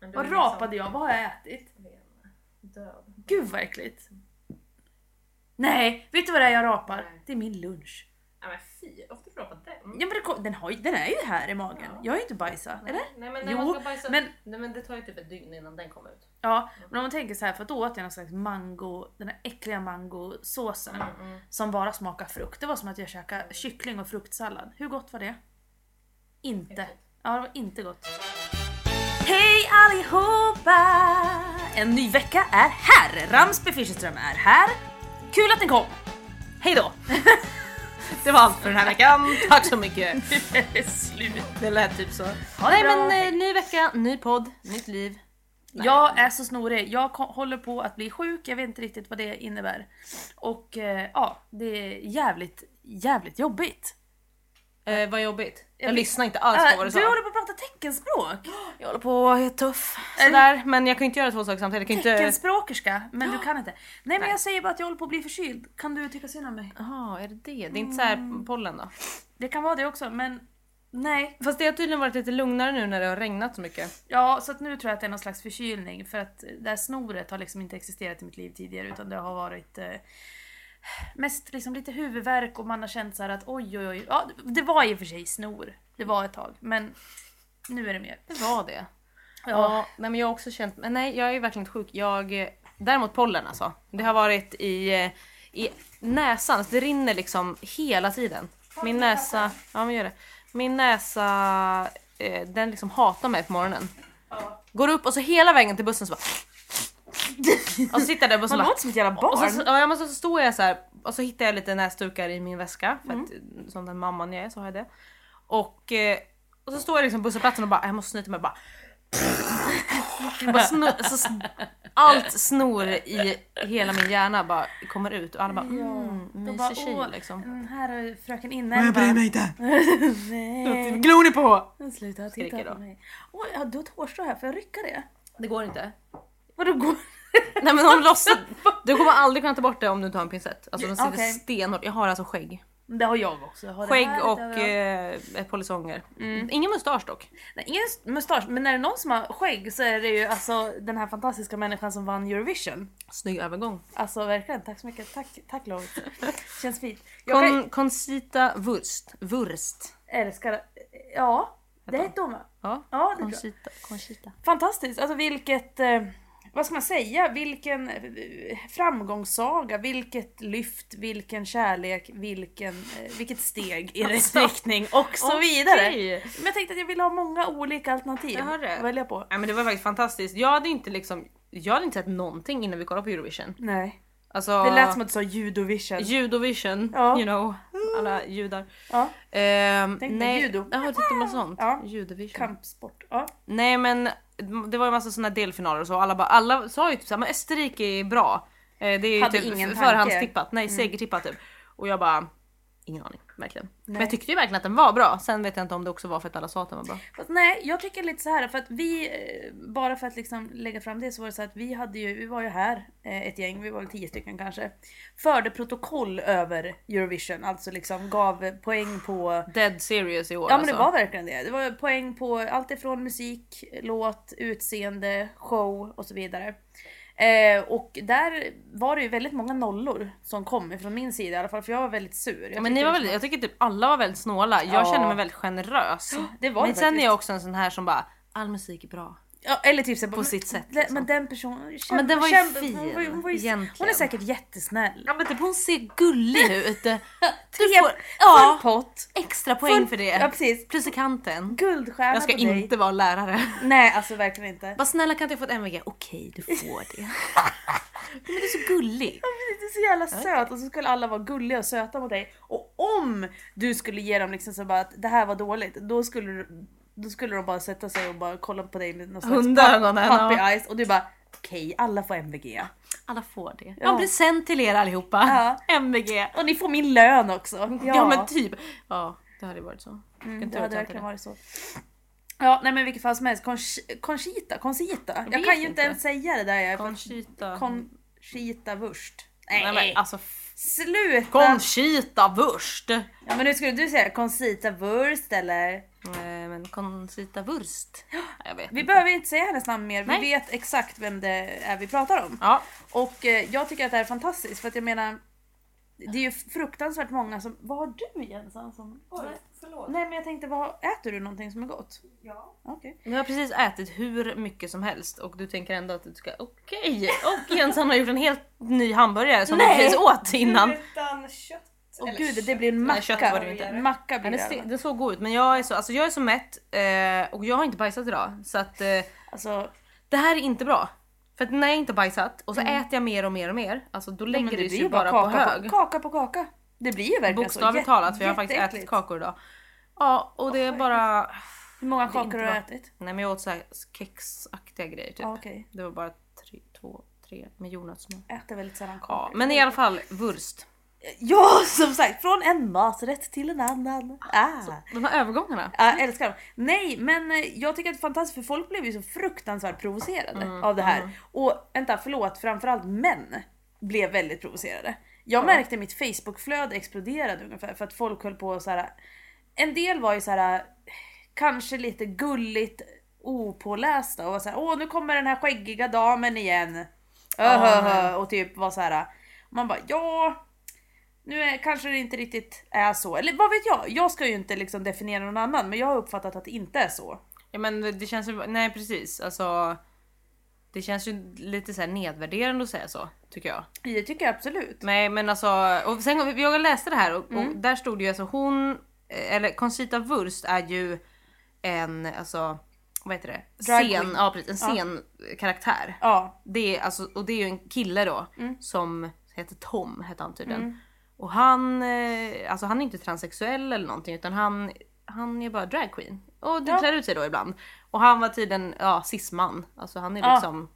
Men det var Vad liksom rapade jag? Vad har jag ätit? Död. Gud vad äckligt. Nej, vet du vad det är jag rapar? Det är min lunch. Nej men fy, ofta rapar den. Ja, men det, kom- den, har, ju- den är ju här i magen. Jag har ju inte bajsat, eller? Mm. Nej men när Jo, man ska bajsa, men- nej, men det tar ju typ ett dygn innan den kommer ut. Ja, men om man tänker så här för att då åt jag någon slags mango, den här äckliga mangosåsen Mm, som bara smakar frukt. Det var som att jag käkade kyckling och fruktsallad. Hur gott var det? Inte. Ja, det var inte gott. Hej allihopa! En ny vecka är här! Ramsby Fischerström är här. Kul att ni kom! Hej då! Det var allt för den här veckan. Tack så mycket. Slut. Det lät typ så. Nej bra. men eh, ny vecka, ny podd, nytt liv. Jag är så snorig. Jag ko- håller på att bli sjuk. Jag vet inte riktigt vad det innebär. Och eh, ja, det är jävligt, jävligt jobbigt. Eh, vad jobbigt. Jag, vet- lyssnade inte alls Eh, Äh, på vad du du sa. håller på att prata teckenspråk. Jag håller på att vara tuff. Sådär, men jag kan ju inte göra två saker samtidigt. Jag kan ju inte... Teckenspråkerska, men du kan inte. Nej men jag säger bara att jag håller på att bli förkyld. Kan du tycka synd om mig? Jaha, är det det? Det är inte så Mm. här pollen då? Det kan vara det också, men nej. Fast det har tydligen varit lite lugnare nu när det har regnat så mycket. Ja, så att nu tror jag att det är någon slags förkylning för att det här snoret har liksom inte existerat i mitt liv tidigare utan det har varit eh, mest liksom lite huvudvärk och man har känt så här att oj oj oj. Ja, det var i och för sig snor. Det var ett tag, men nu är det mer. Det var det. Ja. Ja, nej, men jag har också känt, men nej jag är verkligen inte sjuk. Jag, eh, däremot pollen alltså. Det har varit i, eh, i näsan, så det rinner liksom hela tiden. Min näsa, ja men gör det. Min näsa, eh, den liksom hatar mig på morgonen. Går upp och så hela vägen till bussen så bara... Och så sitter jag där på bussen bara... som ett jävla Och så, så, ja, men så, så står jag så här och så hittar jag lite näsdukar i min väska Mm. för att eh, som den mamman jag är så har jag det. Och, eh, och så står jag liksom på busshållplatsen och bara jag måste snyta mig bara. Det bara sno, så, s- allt snor i hela min hjärna bara kommer ut och alla bara mm, Då bara, mysig åh, tjej liksom. mm, Här är fröken inne. Jag bryr mig inte. Nej. Glor ni på? Sluta titta Skriker på då. mig. Oj, ja, du har ett hårstrå här, får jag rycka det? Det går inte. Vadå går Nej men de lossar, du kommer aldrig kunna ta bort det om du inte har en pincett. Alltså de sitter Okej. stenhårt. Jag har alltså skägg. Det har jag också. Jag har det Skägg här, Mm. det och har jag. eh, polisonger. Ingen mustasch dock. Nej, ingen mustasch, men är det någon som har skägg så är det ju alltså den här fantastiska människan som vann Eurovision. Snygg övergång. Alltså verkligen, tack så mycket. Tack, tack Lovis. Känns fint. Jag kan, Con, Concita Wurst. Wurst. älskar... Ja, det hette hon va? Ja, Ja, det tror jag. Concita. Concita. Fantastiskt, alltså vilket... Eh, vad ska man säga? Vilken eh, framgångssaga, vilket lyft, vilken kärlek, vilken, eh, vilket steg i rätt riktning och så vidare. Alltså. Okej. Men jag tänkte att jag ville ha många olika alternativ Jag hör det. att välja på. Nej men det var faktiskt fantastiskt. Jag hade inte liksom, jag hade inte sett någonting innan vi kollade på Eurovision. Nej. Alltså, Det lät som att du sa judovision. Judovision, Ja. you know. Alla judar. ja, Ehm, Tänkte nej. judo. Ja, tyckte det var sånt. Ja. Judovision. kampsport. Ja. Nej men det var ju massa såna delfinaler och så alla, bara, alla sa ju typ såhär, men Österrike är bra. Eh, Det är ju Hade typ ingen tanke. förhandstippat, nej segertippat typ. Och jag bara, ingen aning verkligen. Men jag tyckte ju verkligen att den var bra. Sen vet jag inte om det också var för att alla sa att den var bra. Fast nej, jag tycker lite så här för att vi, eh, bara för att liksom lägga fram det så var det så att vi hade ju, vi var ju här eh, ett gäng, vi var väl tio stycken kanske. Förde protokoll över Eurovision, alltså liksom gav poäng på Dead serious i år Ja men alltså. det var verkligen det. Det var poäng på allt ifrån musik, låt, utseende, show och så vidare. Eh, och där var det ju väldigt många nollor som kom från min sida i alla fall för jag var väldigt sur. Ja, Jag men ni tyckte var liksom väldigt, jag tycker typ alla var väldigt snåla. Jag Ja. känner mig väldigt generös. det var men det sen är faktiskt. jag också en sån här som bara, all musik är bra. Ja, eller typ såhär, På sitt sätt, Men, liksom. men den personen, kämpa, den var ju kämpa, fin, hon, var ju- hon, var ju- hon är egentligen. säkert jättesnäll. Ja men typ hon ser gullig ut. Du får ja. ja, Full pott. extra poäng för det. Ja precis. Plus i kanten. Guldstjärna Jag ska på inte dig. vara lärare. Nej alltså verkligen inte. Bara snälla kan inte jag få ett MVG? Okej du får det. Men du är så gullig. Du är så jävla söt och så skulle alla vara gulliga och söta mot dig. Och om du skulle ge dem liksom så bara att det här var dåligt, då skulle, du- då skulle de bara sätta sig och bara kolla på dig med någon slags Hundögonen, puppy ja. eyes och du bara okej alla får MVG. Alla får det. Jag Ja. har en present till er allihopa. MVG. Och ni får min lön också. Ja. men typ. Ja det hade ju varit så. Vilken tur Mm, Det att hade jag inte verkligen det. varit så. Ja, nej men vilket fall som helst. Conch- Conchita, Conchita. Jag, vet kan ju inte. inte ens säga det där jag är. Conchita. Conchita Wurst. Nej, Nej men alltså sluta! Conchita Wurst! Eh, ja, men nu skulle du säga Conchita Wurst eller? men Conchita Wurst? Ja, Jag vet Vi inte. behöver inte säga hennes namn mer, Nej. vi vet exakt vem det är vi pratar om. Ja. Och eh, jag tycker att det här är fantastiskt för att jag menar det är ju fruktansvärt många som... Vad har du Jensan? Som... Oj, förlåt. Nej men jag tänkte, vad, äter du någonting som är gott? Ja. Okej. Du har precis ätit hur mycket som helst och du tänker ändå att du ska okej. Och Jensan har gjort en helt ny hamburgare som Nej! du precis åt innan. Utan kött. Åh eller gud, det kött. blir en Nej, macka. kött var det ju inte. Macka blir Den, det. är, alltså. den såg god ut men jag är så, alltså jag är så mätt eh, och jag har inte bajsat idag så att eh, Alltså, det här är inte bra. För att när jag inte bajsat och så äter jag mer och mer och mer, alltså då Mm. men lägger det det, blir sig ju ju bara bara på hög. kaka på, kaka på kaka. Det blir ju verkligen så. Bokstavligt Jätte- talat för jag har faktiskt ätit jätteäckligt. kakor idag. Ja och det är bara... Hur många Det är kakor inte har bra. du ätit? Nej men jag åt så här kexaktiga grejer typ. Ja, okej. Det var bara tre, två, tre med jordnötssmör. Äter väldigt sällan kakor. Ja, men i alla fall wurst. Ja, som sagt, från en maträtt till en annan. Ah. De här övergångarna. Ja, älskar dem. Nej, men eh, jag tycker att det är fantastiskt för folk blev ju så fruktansvärt provocerade av det här. Och vänta, förlåt, framförallt män blev väldigt provocerade. Jag märkte mitt Facebookflöde exploderade ungefär för att folk höll på så här. En del var ju så här kanske lite gulligt opålästa och var så här, åh nu kommer den här skäggiga damen igen. Öhöhö. Och typ var så här. man bara ja, nu är, kanske det inte riktigt är så. Eller vad vet jag? Jag ska ju inte liksom definiera någon annan men jag har uppfattat att det inte är så. Ja men det känns ju, nej precis alltså. Det känns ju lite så här nedvärderande att säga så, tycker jag. Det tycker jag absolut. Nej men alltså, och sen jag läste det här och, Mm. och där stod det ju alltså hon, eh, eller Conchita Wurst är ju en, alltså vad heter det? Drag queen. Scen, ja, precis, en scen karaktär. Ja. Det är, alltså, och det är ju en kille då Mm. som heter Tom, hette han tydligen. Och han, eh, alltså han är inte transsexuell eller någonting utan han, han är bara drag queen. Och det klär ut sig då ibland. Och han var tiden ja cisman. Alltså han är Ja. liksom,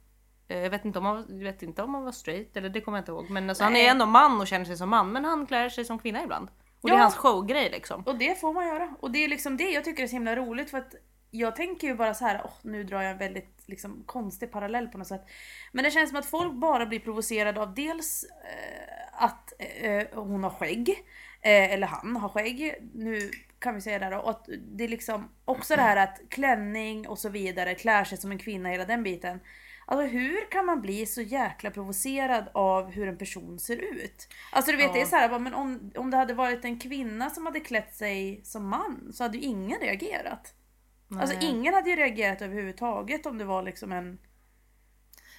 eh, jag vet inte om han, jag vet inte om han var straight eller det kommer jag inte ihåg. Men alltså, han är ändå man och känner sig som man men han klär sig som kvinna ibland. Och det Ja. är hans showgrej liksom. Och det får man göra. Och det är liksom det jag tycker är så himla roligt för att jag tänker ju bara så här, åh nu drar jag en väldigt liksom, konstig parallell på något sätt. Men det känns som att folk bara blir provocerade av dels eh, att eh, hon har skägg, eh, eller han har skägg, nu kan vi säga det här då, och att det är liksom också det här att klänning och så vidare klär sig som en kvinna, hela den biten. Alltså hur kan man bli så jäkla provocerad av hur en person ser ut? Alltså du vet det är så här, bara, men om, om det hade varit en kvinna som hade klätt sig som man så hade ju ingen reagerat. Alltså ingen hade ju reagerat överhuvudtaget om det var liksom en...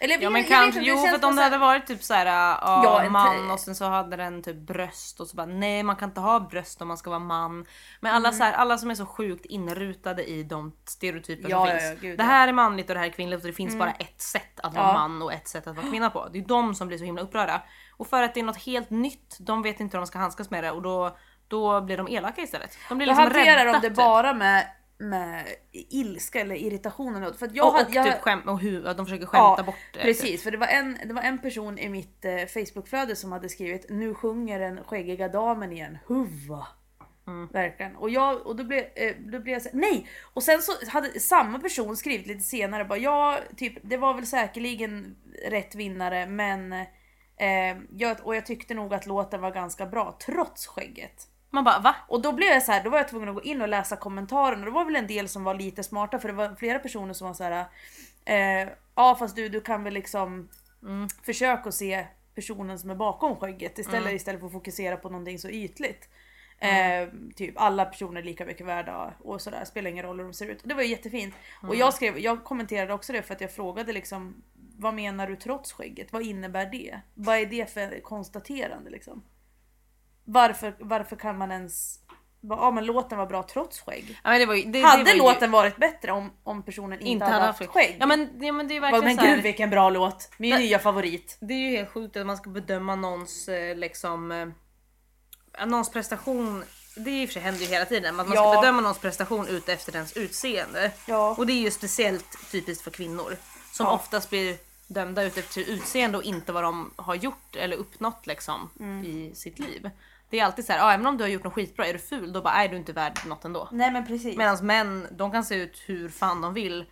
Eller, Ja jag- men jag vet kanske, inte, jo känns för att bara om så det här- hade varit typ såhär Ja, ja, en man te- och sen så hade den typ bröst och så bara nej man kan inte ha bröst om man ska vara man. Men Mm. alla, så här, alla som är så sjukt inrutade i de stereotyper Ja, som ja, finns. ja, gud, det ja. Mm. här är manligt och det här är kvinnligt och det finns bara ett sätt att vara Ja. man och ett sätt att vara kvinna på. Det är de som blir så himla upprörda. Och för att det är något helt nytt, de vet inte hur de ska handskas med det och då, då blir de elaka istället. De blir Då liksom hanterar rädda de det typ. bara med, med ilska eller irritation eller något. För att jag Och, och hade- jag, typ skäm- och hur, att de försöker skämta bort det. typ. Precis, för det var en, det var en person i mitt eh, Facebookflöde som hade skrivit Nu sjunger den skäggiga damen igen, huva. Mm. Verkligen. Och, jag, och då blev, eh, då blev jag så, nej! Och sen så hade samma person skrivit lite senare bara ja, typ det var väl säkerligen rätt vinnare men eh, jag, och jag tyckte nog att låten var ganska bra trots skägget. Man bara va? Och då blev jag så här, då var jag tvungen att gå in och läsa kommentarerna. Och Det var väl en del som var lite smarta för det var flera personer som var så här. Eh, ja fast du, du kan väl liksom försök att se personen som är bakom skägget istället, istället för att fokusera på någonting så ytligt. Eh, typ alla personer är lika mycket värda och sådär, spelar ingen roll hur de ser ut. Och det var ju jättefint. Och jag, skrev, jag kommenterade också det för att jag frågade liksom vad menar du trots skägget? Vad innebär det? Vad är det för konstaterande liksom? Varför, varför kan man ens... bara, Ja men låten var bra trots skägg. Ja, men det var ju, det, det Hade var ju- låten varit bättre om, om personen inte, inte hade haft skägg? Ja men, ja, men det är ju Bara, verkligen men så här- gud vilken bra låt, min nya favorit. Det är ju helt sjukt att man ska bedöma någons eh, liksom eh, ja, någons prestation. Det i och för sig händer ju hela tiden, men att man Ja. ska bedöma någons prestation ut efter dens utseende. Ja. Och det är ju speciellt typiskt för kvinnor som oftast blir dömda ut efter sitt utseende och inte vad de har gjort eller uppnått liksom Mm. i sitt liv. Det är alltid så här, ah, även om du har gjort något skitbra, är du ful då bara är du inte värd något ändå. Nej men precis. Medan män, de kan se ut hur fan de vill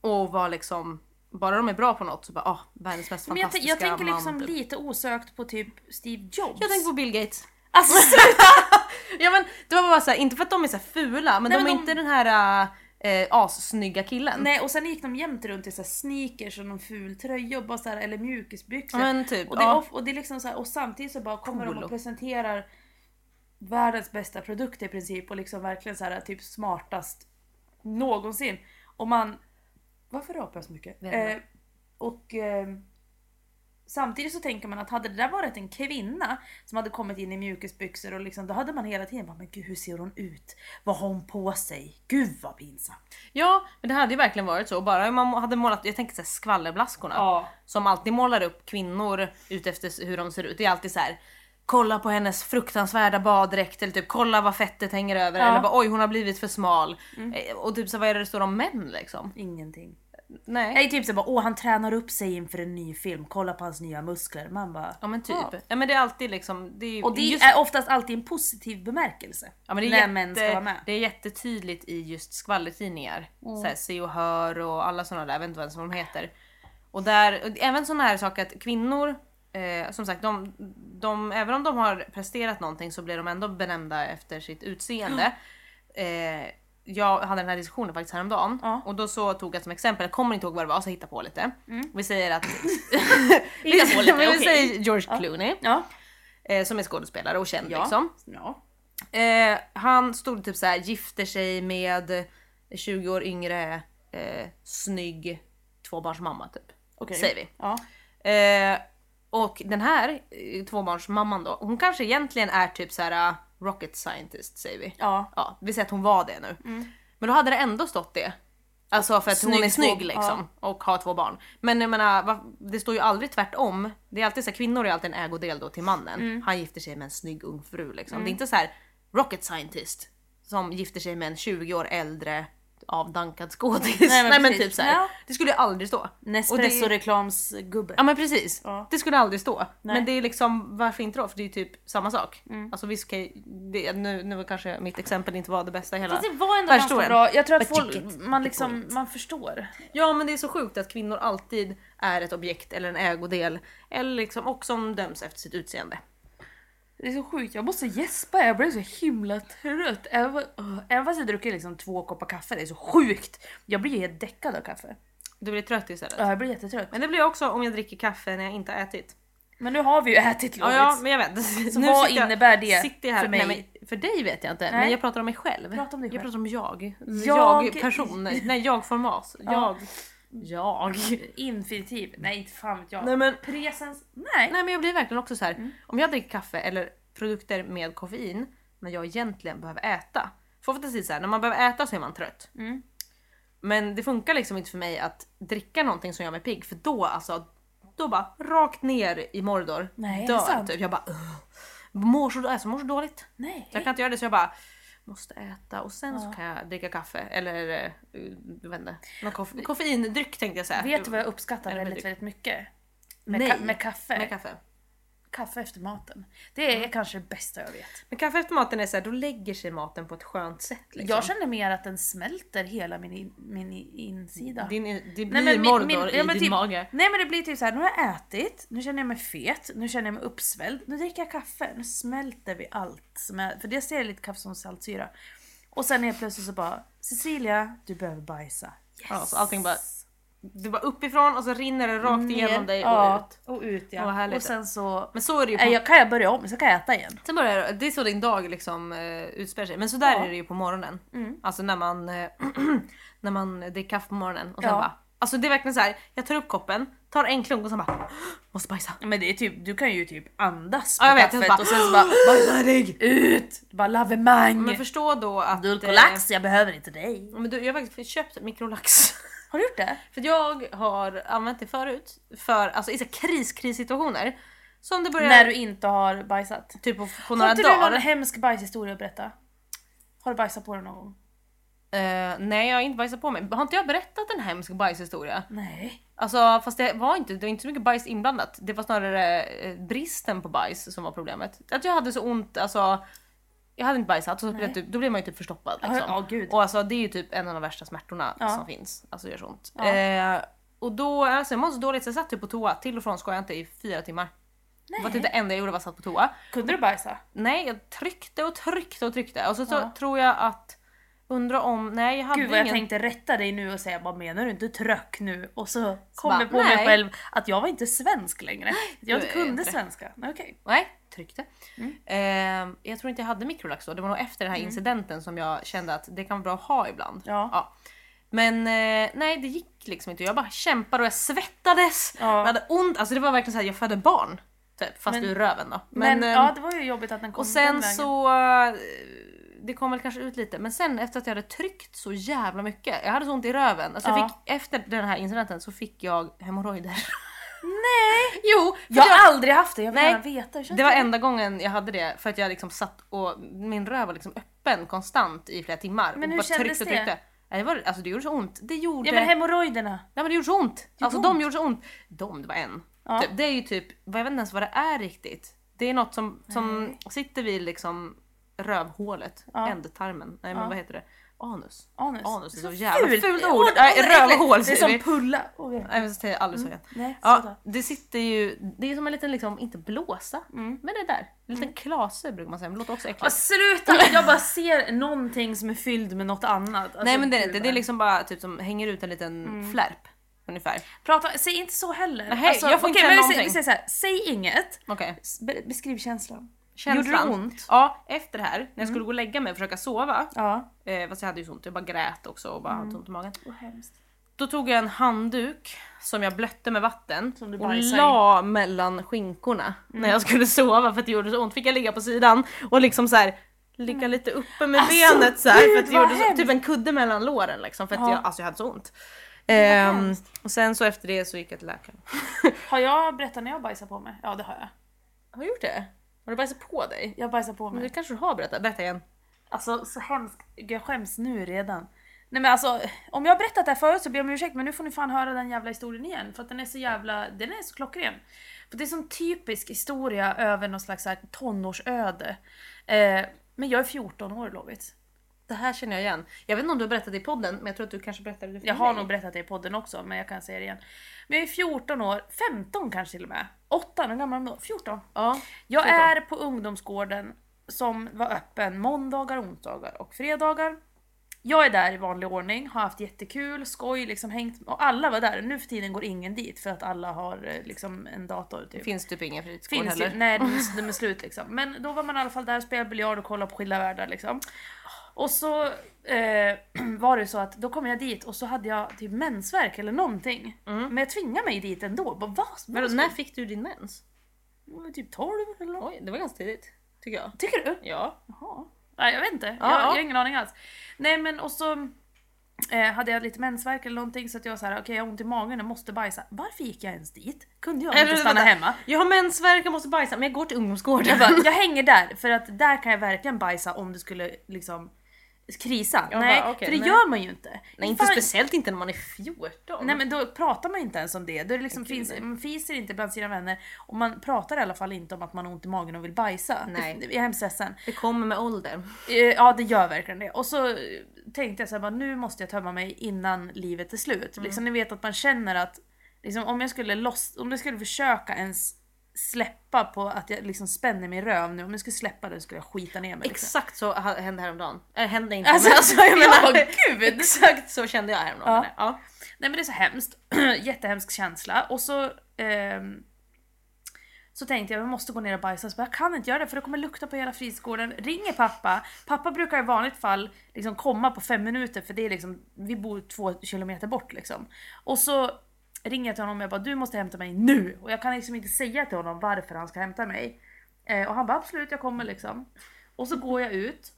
och vara liksom, bara de är bra på något så bara ah, världens mest Men jag, tän- fantastiska jag tänker liksom man. typ. lite osökt på typ Steve Jobs. Jag tänker på Bill Gates. Alltså sluta! Ja men det var bara såhär, inte för att de är så här fula men Nej, de men är de- inte den här äh, assnygga killen. Nej och sen gick de jämt runt i så här sneakers och någon ful tröja och bara så här, eller mjukisbyxor. Ja, men typ, och, det är ja. of, och det är liksom så här, och samtidigt så bara kommer de Polo. och presenterar världens bästa produkter i princip och liksom verkligen så här typ smartast någonsin. Och man... Varför rapar jag så mycket? Vänner. Eh, och... ehm, Samtidigt så tänker man att hade det där varit en kvinna som hade kommit in i mjukisbyxor och liksom, då hade man hela tiden bara men gud hur ser hon ut? Vad har hon på sig? Gud vad pinsamt. Ja men det hade ju verkligen varit så. Bara man hade målat, jag tänker såhär skvallerblaskorna. Ja. Som alltid målar upp kvinnor utefter hur de ser ut. Det är alltid så här. Kolla på hennes fruktansvärda baddräkt eller typ kolla vad fettet hänger över eller bara oj hon har blivit för smal. Mm. Eh, Och typ så vad är det det står om män liksom? Ingenting. Nej. Nej typ såhär bara åh han tränar upp sig inför en ny film, kolla på hans nya muskler. Man bara... Ja men typ. Ja. men det är alltid liksom. Det är, Och det just- är oftast alltid en positiv bemärkelse. Ja, men det, är när jätte, män ska vara med. Mm. det är jättetydligt i just skvallertidningar. Såhär, Se och Hör och alla sådana där, jag vet inte vad ens vad de heter. Och där, och även sådana här saker att kvinnor, eh, som sagt, de, de, även om de har presterat någonting så blir de ändå benämnda efter sitt utseende. Eh, jag hade den här diskussionen faktiskt häromdagen Ja. och då så tog jag som exempel, jag kommer inte ihåg vad det var så jag hittar på lite. Vi säger att... Hitta Mm. på lite, vi okej. säger George Clooney Ja. eh, som är skådespelare och känd Ja. liksom. ja. Eh, han stod typ så här, gifter sig med 20 år yngre, eh, snygg tvåbarnsmamma typ. Okej. Säger vi. Ja. Eh, och den här eh, tvåbarnsmamman då, hon kanske egentligen är typ så här eh, rocket scientist säger vi. Ja. Mm. ja vi säger att hon var det nu. Men då hade det ändå stått det. Alltså för att hon Snygg är snygg två- liksom och har två barn. Men jag menar, va- det står ju aldrig tvärtom. Det är alltid så här, kvinnor är alltid en ägodel då till mannen. Mm. Han gifter sig med en snygg ung fru liksom. Det är inte så här rocket scientist som gifter sig med en 20 år äldre avdankad skådis. Nej men, men precis. typ så här. Ja. Det skulle ju aldrig stå. Och det- Nespresso-reklamsgubbe. Ja men precis. Ja. Det skulle aldrig stå. Nej. Mm. Men det är liksom, varför inte då? För det är ju typ samma sak. Alltså visst kan ju- det, nu, nu var kanske mitt exempel inte var det bästa i hela Fast det var ändå ganska världshistorien. bra, jag tror att But you folk, get man, the liksom, point. man förstår. Ja men det är så sjukt att kvinnor alltid är ett objekt eller en ägodel. Eller liksom, och som döms efter sitt utseende. Det är så sjukt, jag måste gäspa, jag blev så himla trött. Även, uh, även fast jag druckit liksom två koppar kaffe, det är så sjukt! Jag blir ju helt däckad av kaffe. Du blir trött istället. Ja, jag blir jättetrött. Men det blir jag också om jag dricker kaffe när jag inte har ätit. Men nu har vi ju ätit Ja, lovligt. ja men jag vet. Så vad sitter jag- innebär det sitter jag här, för för mig? mig? Nej, men för dig vet jag inte. Nej. Men jag pratar om mig själv. Prata om dig jag själv. pratar om jag. Jag- Jag, person. Nej jag-format. Jag. Jag. Infinitiv, nej inte fan vet jag. Nej, men- Presens, nej. Nej men jag blir verkligen också så här. Mm. om jag dricker kaffe eller produkter med koffein när jag egentligen behöver äta. För ofta säger så här, när man behöver äta så är man trött. Mm. Men det funkar liksom inte för mig att dricka någonting som gör mig pigg för då alltså, då bara rakt ner i Mordor. Nej, är det dör sant? typ. Jag bara "Ugh." mår så, alltså, mår så dåligt. Nej. Så jag kan inte göra det så jag bara måste äta och sen så kan jag dricka kaffe eller eh, jag vet inte, någon koff- koffeindryck tänkte jag säga. Vet du vad jag uppskattar Eller väldigt, med- väldigt mycket? Med, Nej. ka- med kaffe. Med kaffe. Mm. Kaffe efter maten. Det är kanske det bästa jag vet. Men kaffe efter maten är så här, då lägger sig maten på ett skönt sätt. Liksom. Jag känner mer att den smälter hela min, in, min i- insida. Din, det blir Nej, men min- Mordor min- ja, i men din typ- mage. Nej men det blir typ så här: nu har jag ätit, nu känner jag mig fet, nu känner jag mig uppsvälld, nu dricker jag kaffe, nu smälter vi allt. Som jag, för det ser jag lite kaffe som saltsyra. Och sen helt plötsligt så bara, Cecilia, du behöver bajsa. Yes! Ja, så allting bara det bara uppifrån och så rinner det rakt igenom dig och ja, ut. Och ut Åh, ja. härligt. och sen så... Men så är det ju på Nej, jag kan jag börja om, så kan jag äta igen. Sen börjar det är så din dag liksom eh, utspelar sig. Men så där Ja. Mm. är det ju på morgonen. Alltså när man, eh, när man dricker kaffe på morgonen och sen Ja. bara. Alltså det är verkligen så här. jag tar upp koppen, tar en klunk och sen bara måste bajsa. Men det är typ, du kan ju typ andas på Ja, jag vet, kaffet jag bara- och sen så bara Bajsnödig! ut! Bara lavemang! Men förstå då att... Dulcolax, jag behöver inte dig. Eh, men du, jag har faktiskt köpt mikrolax. Har du gjort det? för att jag har använt det förut. För alltså i så här kris, krissituationer. Som det börjar... När du inte har bajsat? Typ på, på Har några inte dagar. du någon hemsk bajshistoria att berätta? Har du bajsat på dig någon gång? Eh, nej jag har inte bajsat på mig. Har inte jag berättat en hemsk bajshistoria? Nej. Alltså fast det var inte, det var inte så mycket bajs inblandat. Det var snarare eh, bristen på bajs som var problemet. Att jag hade så ont, alltså. Jag hade inte bajsat och så blev, jag typ, då blev man ju typ förstoppad. Ja, Liksom. ja, gud. Och alltså det är ju typ en av de värsta smärtorna Ja. som finns. Alltså gör så ont. Eh, och då, alltså jag mådde så dåligt så jag satt typ på toa, till och från skojar jag inte, i fyra timmar. Det var typ det enda jag gjorde var att satt på toa. Kunde du bajsa? Nej jag tryckte och tryckte och tryckte och så, så tror jag att, undra om, nej jag hade Gud vad jag ingen... tänkte rätta dig nu och säga vad menar du inte tröck nu? Och så kom bara, jag på nej. mig själv att jag var inte svensk längre. Att jag Du inte är kunde inte. svenska. Men okej. Nej, tryckte. Mm. Ehm, jag tror inte jag hade mikrolax då. Det var nog efter den här incidenten som jag kände att det kan vara bra att ha ibland. Ja. Men eh, nej, det gick liksom inte. Jag bara kämpade och jag svettades. Ja. Jag hade ont. Alltså det var verkligen så här, jag födde barn. Typ, fast Men- ur röven då. Men, ehm, ja det var ju jobbigt att den kom och Mm, den sen vägen. så... eh, Det kom väl kanske ut lite, men sen efter att jag hade tryckt så jävla mycket. Jag hade så ont i röven. Alltså jag Ja. fick, efter den här incidenten så fick jag hemorrojder. Nej! jo! för Jag har aldrig haft det, jag vill Nej, gärna veta. hur känns det var enda gången jag hade det för att jag liksom satt och min röv var liksom öppen konstant i flera timmar. Men hur och bara kändes tryckte och det? tryckte. Nej, Det, var, alltså det gjorde så ont. Det gjorde... Ja men hemorrojderna. Nej men det gjorde så ont. alltså ont. de gjorde så ont. De, det var en. Ja. Typ, det är ju typ, vad- jag vet inte ens vad det är riktigt. Det är något som, som sitter vid liksom rövhålet, ändtarmen. Nej men vad heter det? Anus. Anus. Anus är så jävla fult, Åh, ord. åh, Nej, vad rövhål äckligt. Det säger är vi. som pulla. Åh, ja. Nej men så säger jag aldrig så igen. Nej, Ja, sådär. det sitter ju, det är som en liten liksom, inte blåsa, men det där. En liten klase brukar man säga, men det låter också äckligt. Mm. Ja, sluta! Jag bara ser någonting som är fylld med något annat. Alltså, Nej men det är det gud, inte, det vad är liksom bara typ som hänger ut en liten Mm. flärp. Ungefär. Prata, säg inte så heller. Alltså, Nej, jag får inte okej, säga men någonting. vi säger- Vi säger såhär, säg inget. Okej. S- be- Beskriv känslan. Känslan. Gjorde det ont? Mm. Ja, efter det här, när jag skulle gå och lägga mig och försöka sova. Ja. Eh, fast jag hade ju så ont, jag bara grät också och bara hade ont i magen. Oh, hemskt. Då tog jag en handduk som jag blötte med vatten Som du och bajsade i. Mm. la mellan skinkorna när jag skulle sova för att det gjorde så ont. Fick jag ligga på sidan och liksom så här ligga lite uppe med benet så här, för att det Mm. Alltså, vad gjorde så, hemskt. typ en kudde mellan låren liksom för att jag, alltså jag hade så ont. Ehm, och sen så efter det så gick jag till läkaren. Har jag berättat när jag bajsar på mig? Ja det har jag. har du gjort det? Har du bajsat på dig? Jag bajsar på Men mig. det kanske du har berättat, berätta igen. Mm. Alltså så hemskt. Jag skäms nu redan. Nej men alltså om jag har berättat det här förut så ber jag om ursäkt men nu får ni fan höra den jävla historien igen för att den är så jävla, den är så klockren. För det är en sån typisk historia över någon slags så här tonårsöde. Eh, men jag är 14 år Lovit. Det här känner jag igen. Jag vet inte om du har berättat det i podden men jag tror att du kanske berättade det för Jag mig. har nog berättat det i podden också men jag kan säga det igen. Men jag är 14 år, 15 kanske till och med. 8, hur gammal är man då? 14. Ja. Jag 14. är på ungdomsgården som var öppen måndagar, onsdagar och fredagar. Jag är där i vanlig ordning, har haft jättekul, skoj, liksom hängt och alla var där. Nu för tiden går ingen dit för att alla har eh, liksom en dator. Typ. Finns typ ingen fritidsgård Finns heller. ju, nej de är, de är slut liksom. Men då var man i alla fall där och spelade biljard och kollade på skilda världar liksom. Och så eh, var det så att då kom jag dit och så hade jag typ mensvärk eller någonting. Men jag tvingade mig dit ändå. Bara, Mm. vad? Men då, vad när fick du din mens? ska- Typ 12 eller något. Oj, det var ganska tidigt. Tycker jag. Tycker du? Typ- Ja. Jaha. Nej jag vet inte, Ja, jag, ja. jag har ingen aning alls. Nej men och så eh, hade jag lite mensvärk eller någonting så att jag var såhär, okej jag har ont i magen, jag måste bajsa. Varför gick jag ens dit? Kunde jag inte stanna hemma? Jag har mensvärk, jag måste bajsa men jag går till ungdomsgården. Jag, bara, jag hänger där för att där kan jag verkligen bajsa om det skulle liksom krisa. Jag nej, bara, okej, för det nej. gör man ju inte. Nej inte Fan, speciellt inte när man är 14. Nej men då pratar man ju inte ens om det. Då är det liksom finns, man fiser inte bland sina vänner och man pratar i alla fall inte om att man har ont i magen och vill bajsa. Nej. Jag är hemskt ledsen. Det kommer med åldern. Eh, Ja det gör verkligen det. Och så eh, tänkte jag så här, bara, nu måste jag tömma mig innan livet är slut. Liksom, ni vet att man känner att liksom, om jag skulle loss, om jag skulle försöka ens släppa på att jag liksom spänner min röv nu. Om jag skulle släppa den skulle jag skita ner mig. Liksom. Exakt så ha- hände häromdagen. Äh, hände inte Alltså, men alltså jag ja, menar. gud! Exakt så kände jag häromdagen. Ja. menar jag. Ja. Nej men det är så hemskt. Jättehemsk känsla. Och så... ehm, så tänkte jag jag måste gå ner och bajsa, så bara, jag kan inte göra det för det kommer lukta på hela fritidsgården. Ringer pappa. Pappa brukar i vanligt fall liksom komma på fem minuter för det är liksom, vi bor två kilometer bort liksom. Och så ringer jag till honom och jag bara du måste hämta mig nu! Och jag kan liksom inte säga till honom varför han ska hämta mig. Eh, och han bara absolut jag kommer liksom. Och så går jag ut.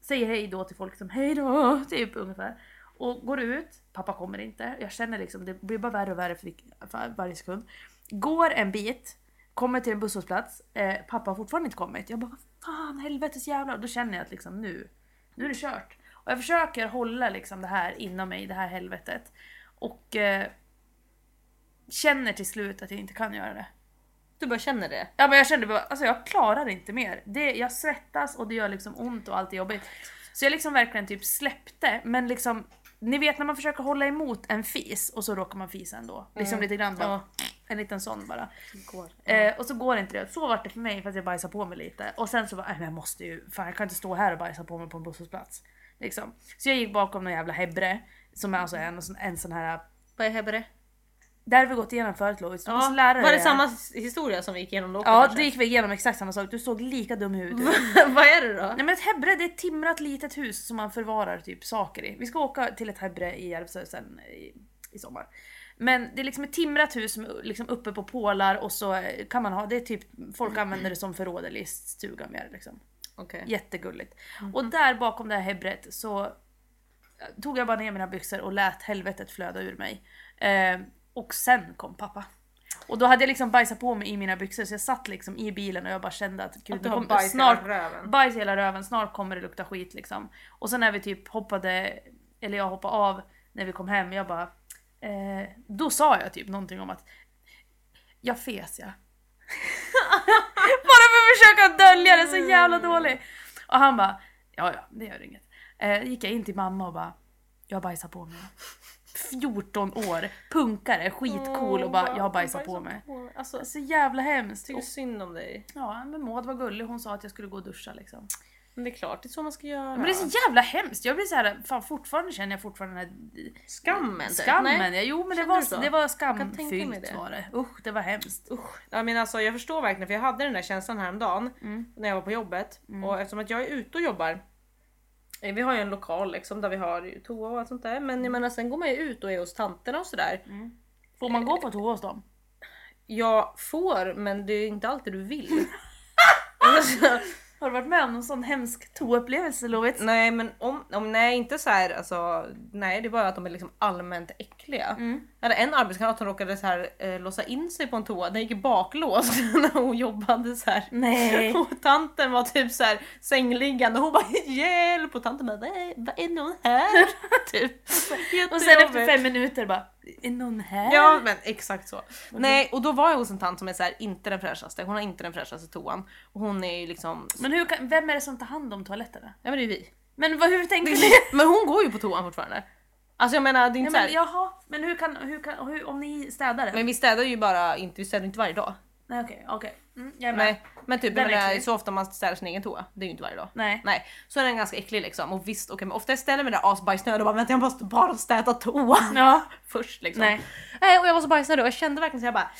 Säger hej då till folk som hej då, typ ungefär. Och går ut, pappa kommer inte. Jag känner liksom det blir bara värre och värre för, för varje sekund. Går en bit, kommer till en busshållplats, eh, pappa har fortfarande inte kommit. Jag bara vad fan helvetes jävlar. Då känner jag att liksom nu, nu är det kört. Och jag försöker hålla liksom det här inom mig, det här helvetet. Och eh, känner till slut att jag inte kan göra det. Du bara känner det. Ja men jag kände bara, alltså jag klarar inte mer. Det, jag svettas och det gör liksom ont och allt är jobbigt. Så jag liksom verkligen typ släppte, men liksom ni vet när man försöker hålla emot en fis och så råkar man fisa ändå. Liksom Mm. lite grann bara. En liten sån bara. Eh, och så går inte det. Så vart det för mig för att jag bajsade på mig lite. Och sen så bara, "Äh, men jag måste ju, fan jag kan inte stå här och bajsa på mig på en busshållplats. Liksom. Så jag gick bakom någon jävla hebre. Som är alltså en, en sån här, Vad är Hebre? där har vi gått igenom förut Lovis. Du Ja. måste lära dig Var det här. samma s- historia som vi gick igenom då? Ja, kanske? Mm. det gick vi igenom exakt samma sak. Du såg lika dum i huvudet ut. Vad är det då? Nej men ett hebre det är ett timrat litet hus som man förvarar typ saker i. Vi ska åka till ett hebre i Järvsö sen i, i sommar. Men det är liksom ett timrat hus som är liksom uppe på pålar och så eh, kan man ha, det är typ, folk använder det som förråd eller i stugan vi hade liksom. Okej. Mm. Jättegulligt. Och där bakom det här hebret så eh, tog jag bara ner mina byxor och lät helvetet flöda ur mig. Eh, och sen kom pappa. Och då hade jag liksom bajsat på mig i mina byxor så jag satt liksom i bilen och jag bara kände att gud, Att du nu har kommer- bajs i snart, hela röven. bajs i hela röven, snart kommer det lukta skit liksom. Och sen när vi typ hoppade, eller jag hoppade av när vi kom hem, jag bara... Eh, då sa jag typ någonting om att jag fes jag. bara för att försöka dölja det, så jävla dålig. Och han bara, ja ja, det gör inget. Eh, gick jag in till mamma och bara, jag bajsar på mig. 14 år, punkare, skitcool och bara, jag bajsar på mig. Alltså, jag Så jävla hemskt. tycker synd om dig. Ja men Maud var gullig, hon sa att jag skulle gå och duscha liksom. Men det är klart, det är så man ska göra. Men det är så jävla hemskt, jag blir så här, fan fortfarande känner jag fortfarande den här Skammen. typ. skammen. Nej. Ja, jo men det Känner du så? var, det var kan tänka mig skamfyllt det. var det. Usch det var hemskt. Usch. Ja, men alltså, jag förstår verkligen för jag hade den där känslan häromdagen Mm. när jag var på jobbet och eftersom att jag är ute och jobbar eh, vi har ju en lokal liksom där vi har toa och allt sånt där men jag Mm. menar sen går man ju ut och är hos tanterna och sådär. Får man gå på toa hos dem? Jag får men det är inte alltid du vill. alltså, Har du varit med om någon sån hemsk toaupplevelse Lovits? nej men om, om nej inte så här alltså nej det är bara att de är liksom allmänt äckliga. Mm. Jag hade en arbetskamrat som råkade så här eh, låsa in sig på en toa, den gick i baklås när hon jobbade så här. Nej. Och tanten var typ så här sängliggande och hon bara hjälp och tanten bara vad är, vad är någon här? typ. Och sen efter Jättejobbigt. fem minuter bara, är någon här? Ja men exakt så. Nej och då var jag hos en tant som är så här, inte den fräschaste, hon har inte den fräschaste toan. Och hon är ju liksom, Men hur kan, vem är det som tar hand om toaletterna? ja men det är vi. Men vad, hur tänker ni? men hon går ju på toan fortfarande. Alltså jag menar det är Ja, inte men, men, jag... jaha, men hur kan, hur kan hur, om ni städar den? men vi städar ju bara inte, vi städar inte varje dag. Nej okej, okej. Mm, jag är med. Nej, men typ Den jag är menar, äcklig. så ofta man städar sin egen toa, det är ju inte varje dag. Nej. Nej. Så är den ganska äcklig liksom och visst okej men ofta jag ställer mig där asbajsnödig och bara vänta jag måste bara städa toan. Ja. först liksom. Nej. Nej, och jag var så bajsnödig och jag kände verkligen så jag bara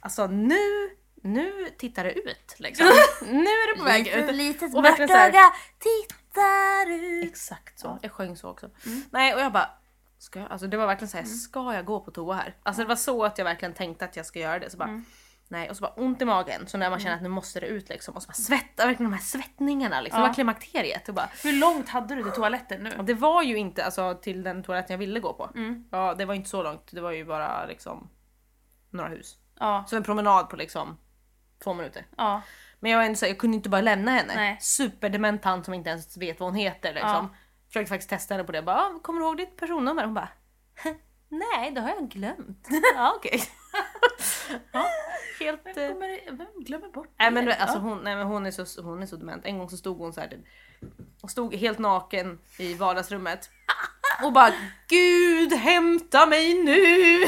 Alltså nu, nu tittar det ut liksom. Nu är det på väg ut. Litet och verkligen så här, tittar ut. Exakt så, jag sjöng så också. Nej och jag bara Ska jag, alltså det var verkligen så här, ska jag gå på toa här? Alltså det var så att jag verkligen tänkte att jag ska göra det. Så bara, Nej och så bara ont i magen, så när man känner att nu måste det ut liksom. Och så bara svettar verkligen de här svettningarna liksom. Det var klimakteriet. Och bara, Hur långt hade du till toaletten nu? och det var ju inte alltså, till den toaletten jag ville gå på. Ja, det var inte så långt, det var ju bara liksom några hus. Ja. Som en promenad på liksom två minuter. Ja. Men jag var ändå så här, jag kunde inte bara lämna henne. Nej. Superdement tant som inte ens vet vad hon heter liksom. Ja. Försökte faktiskt testa henne på det. Bara, "Ah, kommer du ihåg ditt personnummer? Hon bara, nej det har jag glömt. ja okej. ja, helt... eh, Kommer det- Vem glömmer bort Nej men, du vet, Ja. alltså, hon, nej, men hon, är så, hon är så dement. En gång så stod hon så här typ, och stod helt naken i vardagsrummet och bara Gud hämta mig nu!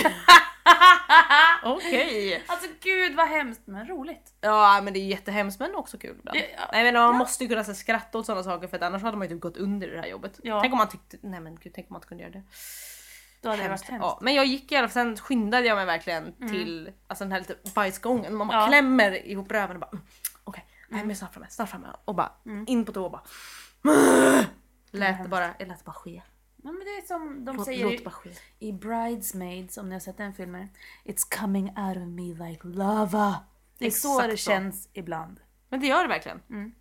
Okej. Alltså gud vad hemskt men roligt. Ja men det är jättehemskt men också kul ibland. Det- ja. Nej men man måste ju kunna så, här skratta åt sådana saker för att annars hade man ju typ gått under i det här jobbet. Ja. Tänk om man tyckte, nej men gud tänk om man inte kunde göra det. Då hade det varit hemskt. Mm. Ja, men jag gick i alla fall, sen skyndade jag mig verkligen till alltså, den här lite bajsgången. Man bara Ja. klämmer ihop röven och bara mm, okej, nej men snart framme, snart framme. Och bara Mm. in på toa och bara lät det bara, jag lät det bara ske. Ja, men det är som de Låt- säger låt i- bara ske. i Bridesmaids, om ni har sett den filmen. It's coming out of me like lava. Det är så Exakt det så. känns ibland. Men det gör det verkligen. Mm.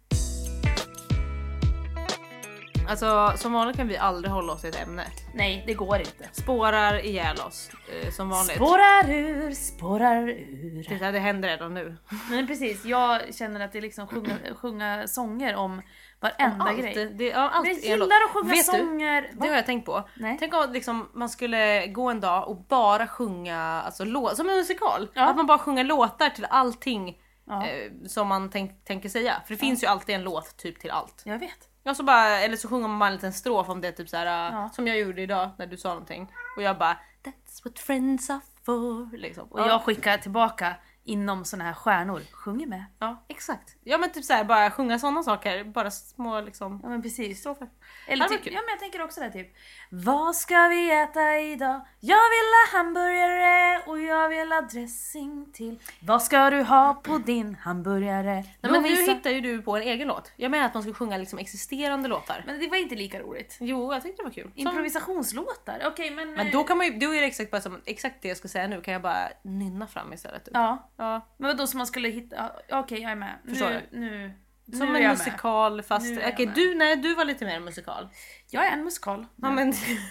Alltså som vanligt kan vi aldrig hålla oss till ett ämne. Nej, det går inte. Spårar ihjäl oss eh, som vanligt. Spårar ur, spårar ur. Titta det händer redan nu. Men precis, jag känner att det är liksom sjunga, sjunga sånger om varenda Allt, grej. det, ja, allt Men jag är en låt. gillar att sjunga Vet du? sånger. Det har jag tänkt på. Nej. Tänk om liksom, man skulle gå en dag och bara sjunga alltså, lå- som en musikal. Ja. Att man bara sjunger låtar till allting Ja. eh, som man tänk- tänker säga. För det finns ju alltid en låt typ till allt. Jag vet. Ja, så bara, eller så sjunger man bara en liten strof om det typ så här, Ja. som jag gjorde idag när du sa någonting. Och jag bara That's what friends are for. Liksom. Och jag skickar tillbaka inom såna här stjärnor. Sjunger med. ja exakt. Ja men typ så här, bara sjunga sådana saker. Bara små liksom. Ja men precis. Det Eller hade varit typ, kul. ja men jag tänker också det typ. Vad ska vi äta idag? Jag vill ha hamburgare och jag vill ha dressing till. Vad ska du ha på din hamburgare? Nej, men nu Lovisa? hittar ju du på en egen låt. Jag menar att man ska sjunga liksom existerande låtar. men det var inte lika roligt. Jo, jag tyckte det var kul. Som... Improvisationslåtar? Okej men... Men då kan man ju, då är det exakt, bara som, exakt det jag ska säga nu, kan jag bara nynna fram istället. Typ. Ja. Ja. Men vadå som man skulle hitta? ja, Okej jag är med. Förstår Nu, nu, Som nu är en jag musikal fast... Nu är jag Okej, med. du, nej, du var lite mer musikal. Med. Jag är en musikal. Ja, men,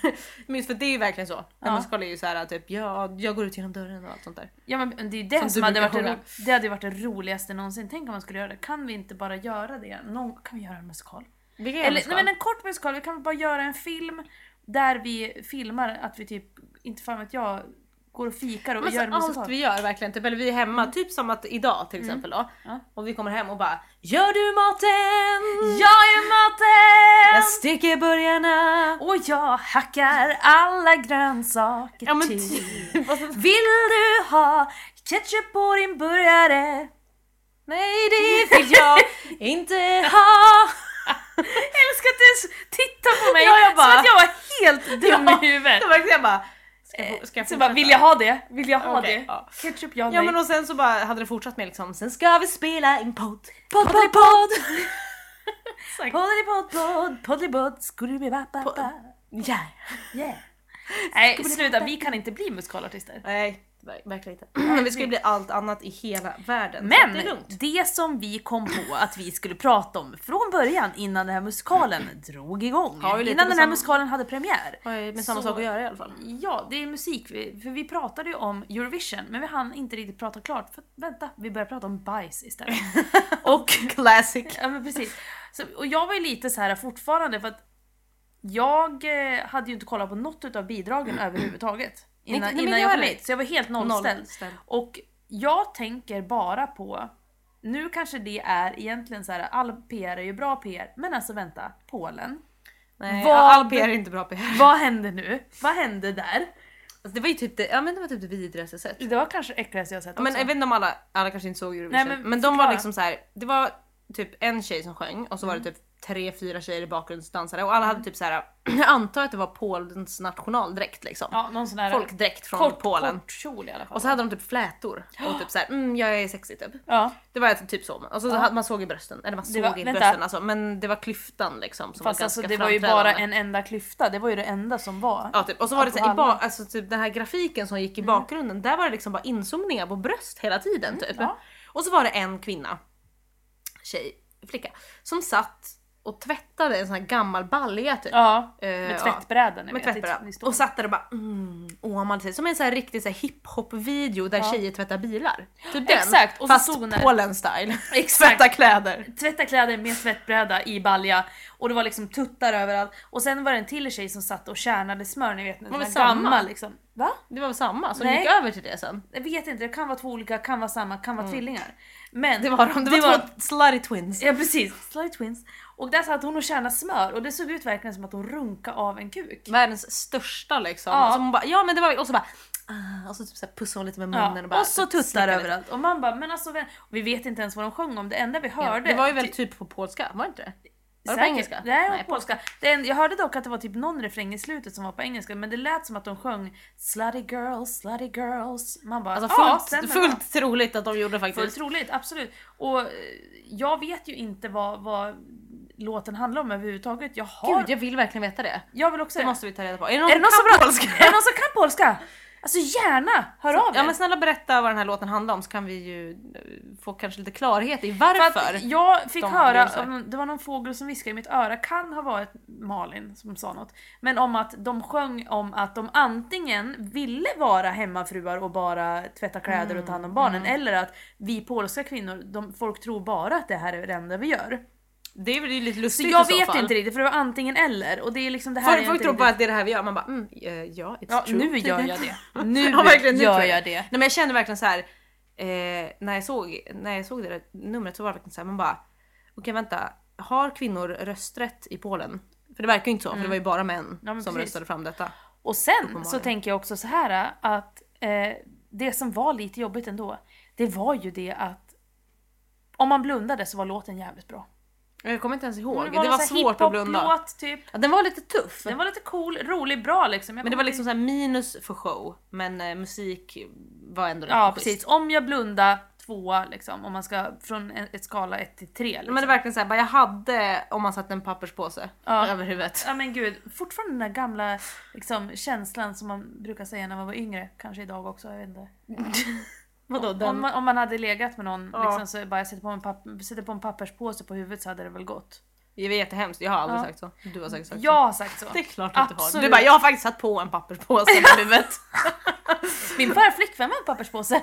men just för det är ju verkligen så. En Ja. musikal är ju så här typ, ja, jag går ut genom dörren och allt sånt där. Ja men det är ju det som, Som du hade varit brukar det, sjunga. ro- det hade ju varit det roligaste någonsin. Tänk om man skulle göra det. Kan vi inte bara göra det? Någon, kan vi göra en musikal? Vilken Eller, Eller, nej men en kort musikal, vi kan väl bara göra en film där vi filmar att vi typ, inte fan vet jag, går och fikar och men gör en så musikal. alltså, Mm. allt vi gör verkligen, typ, eller vi är hemma, typ som att idag till exempel då. Ja. Och vi kommer hem och bara Gör du maten? Jag är maten! Jag steker burgarna! Och jag hackar alla grönsaker Ja men till. typ. Vad som- Vill du ha ketchup på din burgare? Nej det vill jag inte ha! Jag älskar att du tittar på mig Ja, jag bara- som att jag var helt dum Ja, i huvudet. Det var verkligen bara... Ska Eh, jag, ska jag så bara, fortsätta? vill jag ha det? Vill jag ha Okej, det? ja. Ketchup, ja, Ja nej. men och sen så bara hade det fortsatt med liksom Sen ska vi spela en podd. Podd, podd, Podd, podd! Poddelipodd, podd, poddelipodd, skurribibababa. Yeah. Yeah. Nej sluta, vi kan inte bli musikalartister. Nej, ver- verkligen inte. Men vi skulle bli allt annat i hela världen. så att Men det är lugnt. det som vi kom på att vi skulle prata om från början innan den här musikalen drog igång. Mm. Har ju lite Innan med den här samma- musikalen hade premiär. Har ju med samma Så- sak att göra i alla fall. Ja, det är musik. vi- För vi pratade ju om Eurovision men vi hann inte riktigt prata klart. För vänta, vi började prata om bajs istället. Och classic. Ja men precis. Så, och jag var ju lite så här fortfarande för att jag eh, hade ju inte kollat på något av bidragen överhuvudtaget. Innan, nej, men innan jag jag kom heller. hit. Så jag var helt nollställd. Nollställd. Och jag tänker bara på, nu kanske det är egentligen så här, all PR är ju bra PR, men alltså vänta, Polen. Nej, Vad- all PR är inte bra PR. Vad hände nu? Vad hände där? Alltså, Det var ju typ det, ja, men det, var typ det vidrigaste jag sett. Det var kanske det äckligaste jag sett Ja, men också. jag vet inte om alla, alla kanske inte såg Eurovision. Nej, men men, de var förklara. liksom så här. det var typ en tjej som sjöng och så Mm. var det typ tre, fyra tjejer i bakgrunden som dansade och alla hade typ så här. jag antar att det var Polens nationaldräkt liksom. ja, någon sån här Folkdräkt från kort, Polen. kort kjol i alla fall. Och så hade de typ flätor och typ så här, mm jag är sexig typ. ja, Det var typ så, och så hade- man såg i brösten, eller man såg var- i vänta. brösten alltså, men det var klyftan liksom som fast var alltså ganska det var ju bara framträdande. en enda klyfta, det var ju det enda som var. Ja typ, och så var det så här, i Alla. ba- alltså, typ, den här grafiken som gick i Mm. bakgrunden, där var det liksom bara inzoomningar på bröst hela tiden typ. ja. Och så var det en kvinna, tjej, flicka, som satt och tvättade en sån här gammal balja typ. Ja, Eh, med ja. tvättbrädan. ni Med vet, tvättbrädan. i- i stor- Och satt där och bara mm, åmade sig. Som en sån här riktig så här hiphop-video där tjejer tvättar bilar. Typ den. Exakt, och så Fast stod hon där. Polen-style. Exakt. Tvätta kläder. Tvätta kläder med tvättbräda i balja och det var liksom tuttar överallt. Och sen var det en till tjej som satt och kärnade smör, ni vet en Men sån här samma. gammal liksom. Va? Det var väl samma, så Nej. de gick över till det sen. Jag vet inte, det kan vara två olika, kan Mm. vara samma, kan vara tvillingar. Men Det var de, det var två slutty twins. Ja precis, Sly Twins. Och där satt hon och kärnade smör och det såg ut verkligen som att hon runkade av en kuk. Världens största liksom. Ja. Som hon bara, ja men det var och så bara ah, och så typ så här pussar hon lite med munnen Ja, och bara och så tuttar slickar lite. överallt. Och man bara, men alltså vem- och vi vet inte ens vad de sjöng om, det enda vi Ja, hörde... det var ju väl typ på polska, var det inte det? Var det på Säkert. engelska? Nej, på polska. Det en, jag hörde dock att det var typ någon refräng i slutet som var på engelska men det lät som att de sjöng Slutty girls, slutty girls. Man bara "Ah, Alltså fullt, stämmer bra." fullt troligt att de gjorde faktiskt. fullt roligt, absolut. Och eh, jag vet ju inte vad, vad låten handlar om överhuvudtaget. Jag har... Gud jag vill verkligen veta det. jag vill också Det måste vi ta reda på. Är det någon, Är det någon som kan bra- polska? Är det någon som kan polska? Alltså gärna, hör av Ja er. men snälla berätta vad den här låten handlar om så kan vi ju eh, få kanske lite klarhet i För varför. att jag fick de höra, gör så här. om- det var någon fågel som viskade i mitt öra, kan ha varit Malin som sa något. Men om att de sjöng om att de antingen ville vara hemmafruar och bara tvätta kläder och Mm, ta hand om barnen. Eller att vi polska kvinnor, de, folk tror bara att det här är det enda vi gör. Det är väl lite Så lustigt jag i så vet fall. inte riktigt för det var antingen eller. Och det är liksom det här är Folk, folk inte tror riktigt- bara att det är det här vi gör, man bara mm, eh, ja it's Ja, true. Typ. nu gör jag det. Nu ja, verkligen, nu gör tror jag det. Nej men jag känner verkligen så här. Eh, när, jag såg, när jag såg det där numret så var det verkligen så här, man bara okej vänta, har kvinnor rösträtt i Polen? För det verkar ju inte så, för det var ju bara män Mm. Ja, men som precis. röstade fram detta. Och sen så tänker jag också så här att eh, det som var lite jobbigt ändå, det var ju det att om man blundade så var låten jävligt bra. Jag kommer inte ens ihåg, Men det var, någon sån här svårt att blunda. hiphop-låt, typ. Ja, den var lite tuff. Den var lite cool, rolig, bra liksom. Jag Men det kommer var liksom inte- så här minus för show, men eh, musik var ändå Ja rätt precis, om jag blundar tvåa liksom. Om man ska från en, ett skala 1 till 3 liksom. Men det är verkligen såhär, jag hade om man satte en papperspåse Ja. över huvudet. Ja men gud, fortfarande den där gamla liksom, känslan som man brukar säga när man var yngre. Kanske idag också, jag vet inte. Vadå Om, man, om man hade legat med någon Ja. liksom, så bara jag sätter på, en papp, sätter på en papperspåse på huvudet så hade det väl gått. Det var jättehemskt, jag har aldrig Ja. sagt så. Du har säkert sagt Jag har sagt så. så. Det är klart att du har. Du Absolut. bara, jag har faktiskt satt på en papperspåse över huvudet. Min förra flickvän var en papperspåse.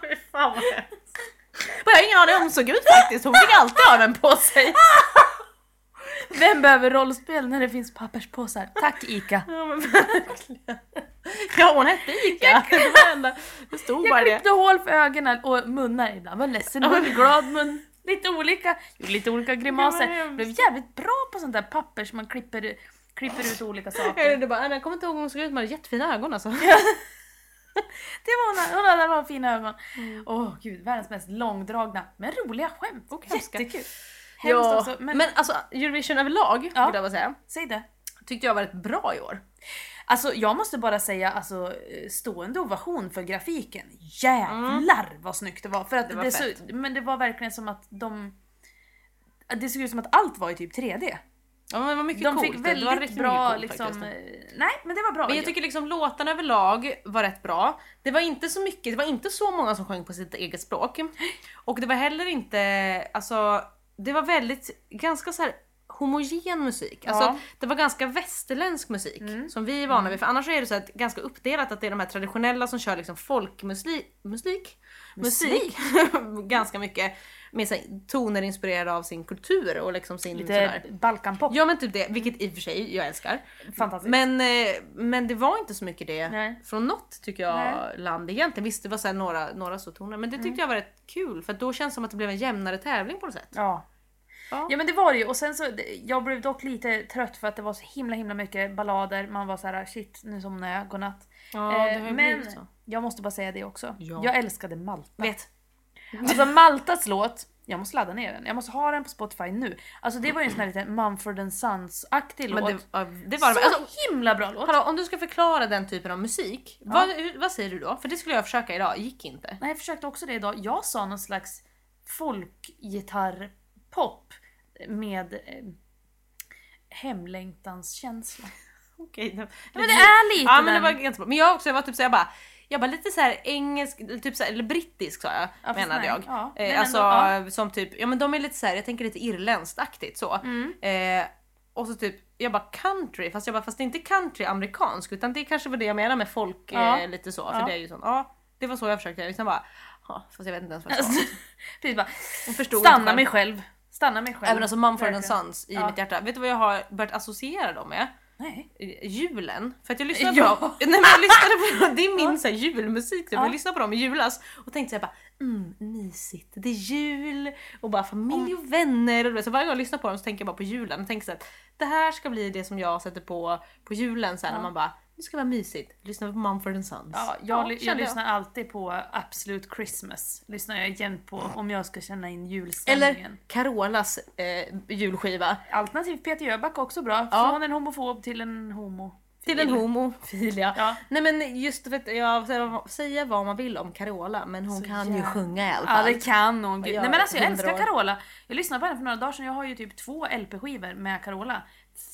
Fy fan vad hemskt. Bara, Jag har ingen aning om hon såg ut faktiskt, hon fick alltid ha den på sig. Vem behöver rollspel när det finns papperspåsar? Tack ICA. Ja men verkligen. Ja hon hette Ica. Det var det enda- Det stod bara Jag det. klippte hål för ögonen och munnar. Ibland var jag ledsen mun, glad mun. Lite olika, gjorde lite olika Det var grimaser. hemskt. Blev jävligt bra på sånt där papper som man klipper, klipper ut olika saker. Du bara, jag kommer inte ihåg hur hon såg ut men hon hade jättefina ögon alltså. Det var hon, hon hade bara fina ögon. Åh Mm. gud, världens mest långdragna men roliga skämt. Och hemska. Jättekul. Hemskt Ja. också, men, Men alltså Eurovision överlag, Ja. vill jag bara säga, säg det. tyckte jag var rätt bra i år. Alltså jag måste bara säga alltså, eh, stående ovation för grafiken. Jävlar vad snyggt det var! För att det Mm. var så, men det var verkligen som att de... att Det såg ut som att allt var i typ 3D. Ja men det var mycket De coolt. fick Det var väldigt riktigt bra mycket coolt liksom... faktiskt. eh, Nej men det var bra. Men jag tycker liksom låtarna överlag var rätt bra. Det var inte så mycket, det var inte så många som sjöng på sitt eget språk. Och det var heller inte, alltså det var väldigt, ganska så här homogen musik. Alltså Ja. Mm. det var ganska västerländsk musik som vi är vana vid. För annars är det så att ganska uppdelat att det är de här traditionella som kör liksom folkmusik, musik, musik. ganska mycket med så här, toner inspirerade av sin kultur och liksom sin Lite sådär. Balkanpop. Ja men typ det, vilket i och för sig jag älskar. Fantastiskt. Men, eh, men det var inte så mycket det Nej. från något tycker jag Nej. Mm. land egentligen. Visst det var så här några, några så toner men det tyckte jag var rätt kul för att då känns det som att det blev en jämnare tävling på något sätt. Ja. Ja. Ja men det var det ju och sen så, jag blev dock lite trött för att det var så himla himla mycket ballader, man var så här: shit nu somnar jag, godnatt. Eh, Ja, det har ju men blivit så. jag måste bara säga det också, Ja. jag älskade Malta. Vet. Alltså Maltas låt, jag måste ladda ner den, jag måste ha den på Spotify nu. Alltså det var ju en sån här liten Mumford and Sons-aktig Men låt. det, ja, det var så alltså, himla bra låt! hallå, om du ska förklara den typen av musik, vad, hur- vad säger du då? För det skulle jag försöka idag, gick inte. Nej jag försökte också det idag, jag sa någon slags folkgitarrpop med eh, hemlängtanskänsla. Okej. Men Men det är lite Ja men det den. var ganska bra. Men jag också, jag var typ såhär bara jag bara lite så här engelsk, eller typ så här, eller brittisk sa jag Ja, fast menade nej. jag. Ja, men Eh, alltså ändå, som typ, ja men de är lite så här, jag tänker lite irländskt-aktigt så. Mm. Eh, och så typ, jag bara country, fast jag bara fast det är inte country amerikansk utan det kanske var det jag menar med folk Ja. eh, lite så. Ja. För det är ju sånt, ja. Det var så jag försökte, jag liksom bara, ja fast jag vet inte ens vad jag sa. Precis Alltså, typ bara, Hon förstod inte stanna själv. mig själv. Stanna mig själv. Även alltså Mumford and Verkligen. Sons i Ja. mitt hjärta. Vet du vad jag har börjat associera dem med? Nej. eh, julen. För att jag lyssnade Ja. på dem. Nej, men jag lyssnade på dem. Det är min så här, julmusik. Typ. Jag lyssnade på dem i julas och tänkte såhär bara mm, mysigt, det är jul och bara familj Mm. och vänner. Och du vet, så varje gång jag lyssnar på dem så tänker jag bara på julen. Jag tänker så att det här ska bli det som jag sätter på på julen sen när man bara, nu ska det vara mysigt. Lyssna på Mumford and Sons. Ja, jag, Ja, ly- jag kände lyssnar alltid på Absolute Christmas. Lyssnar jag igen på om jag ska känna in Eller julstämningen. Carolas eh, julskiva. Alternativt Peter Jöback också bra. Ja. Från en homofob till en homo. Till en homofil ja. Ja. Nej men just för att jag säga vad man vill om Carola men hon kan ju jävla- sjunga i alla Ja fall. det kan hon. Gud. gör Nej men alltså jag hundra älskar år. Carola. Jag lyssnade på henne för några dagar sedan. Jag har ju typ två LP-skivor med Carola.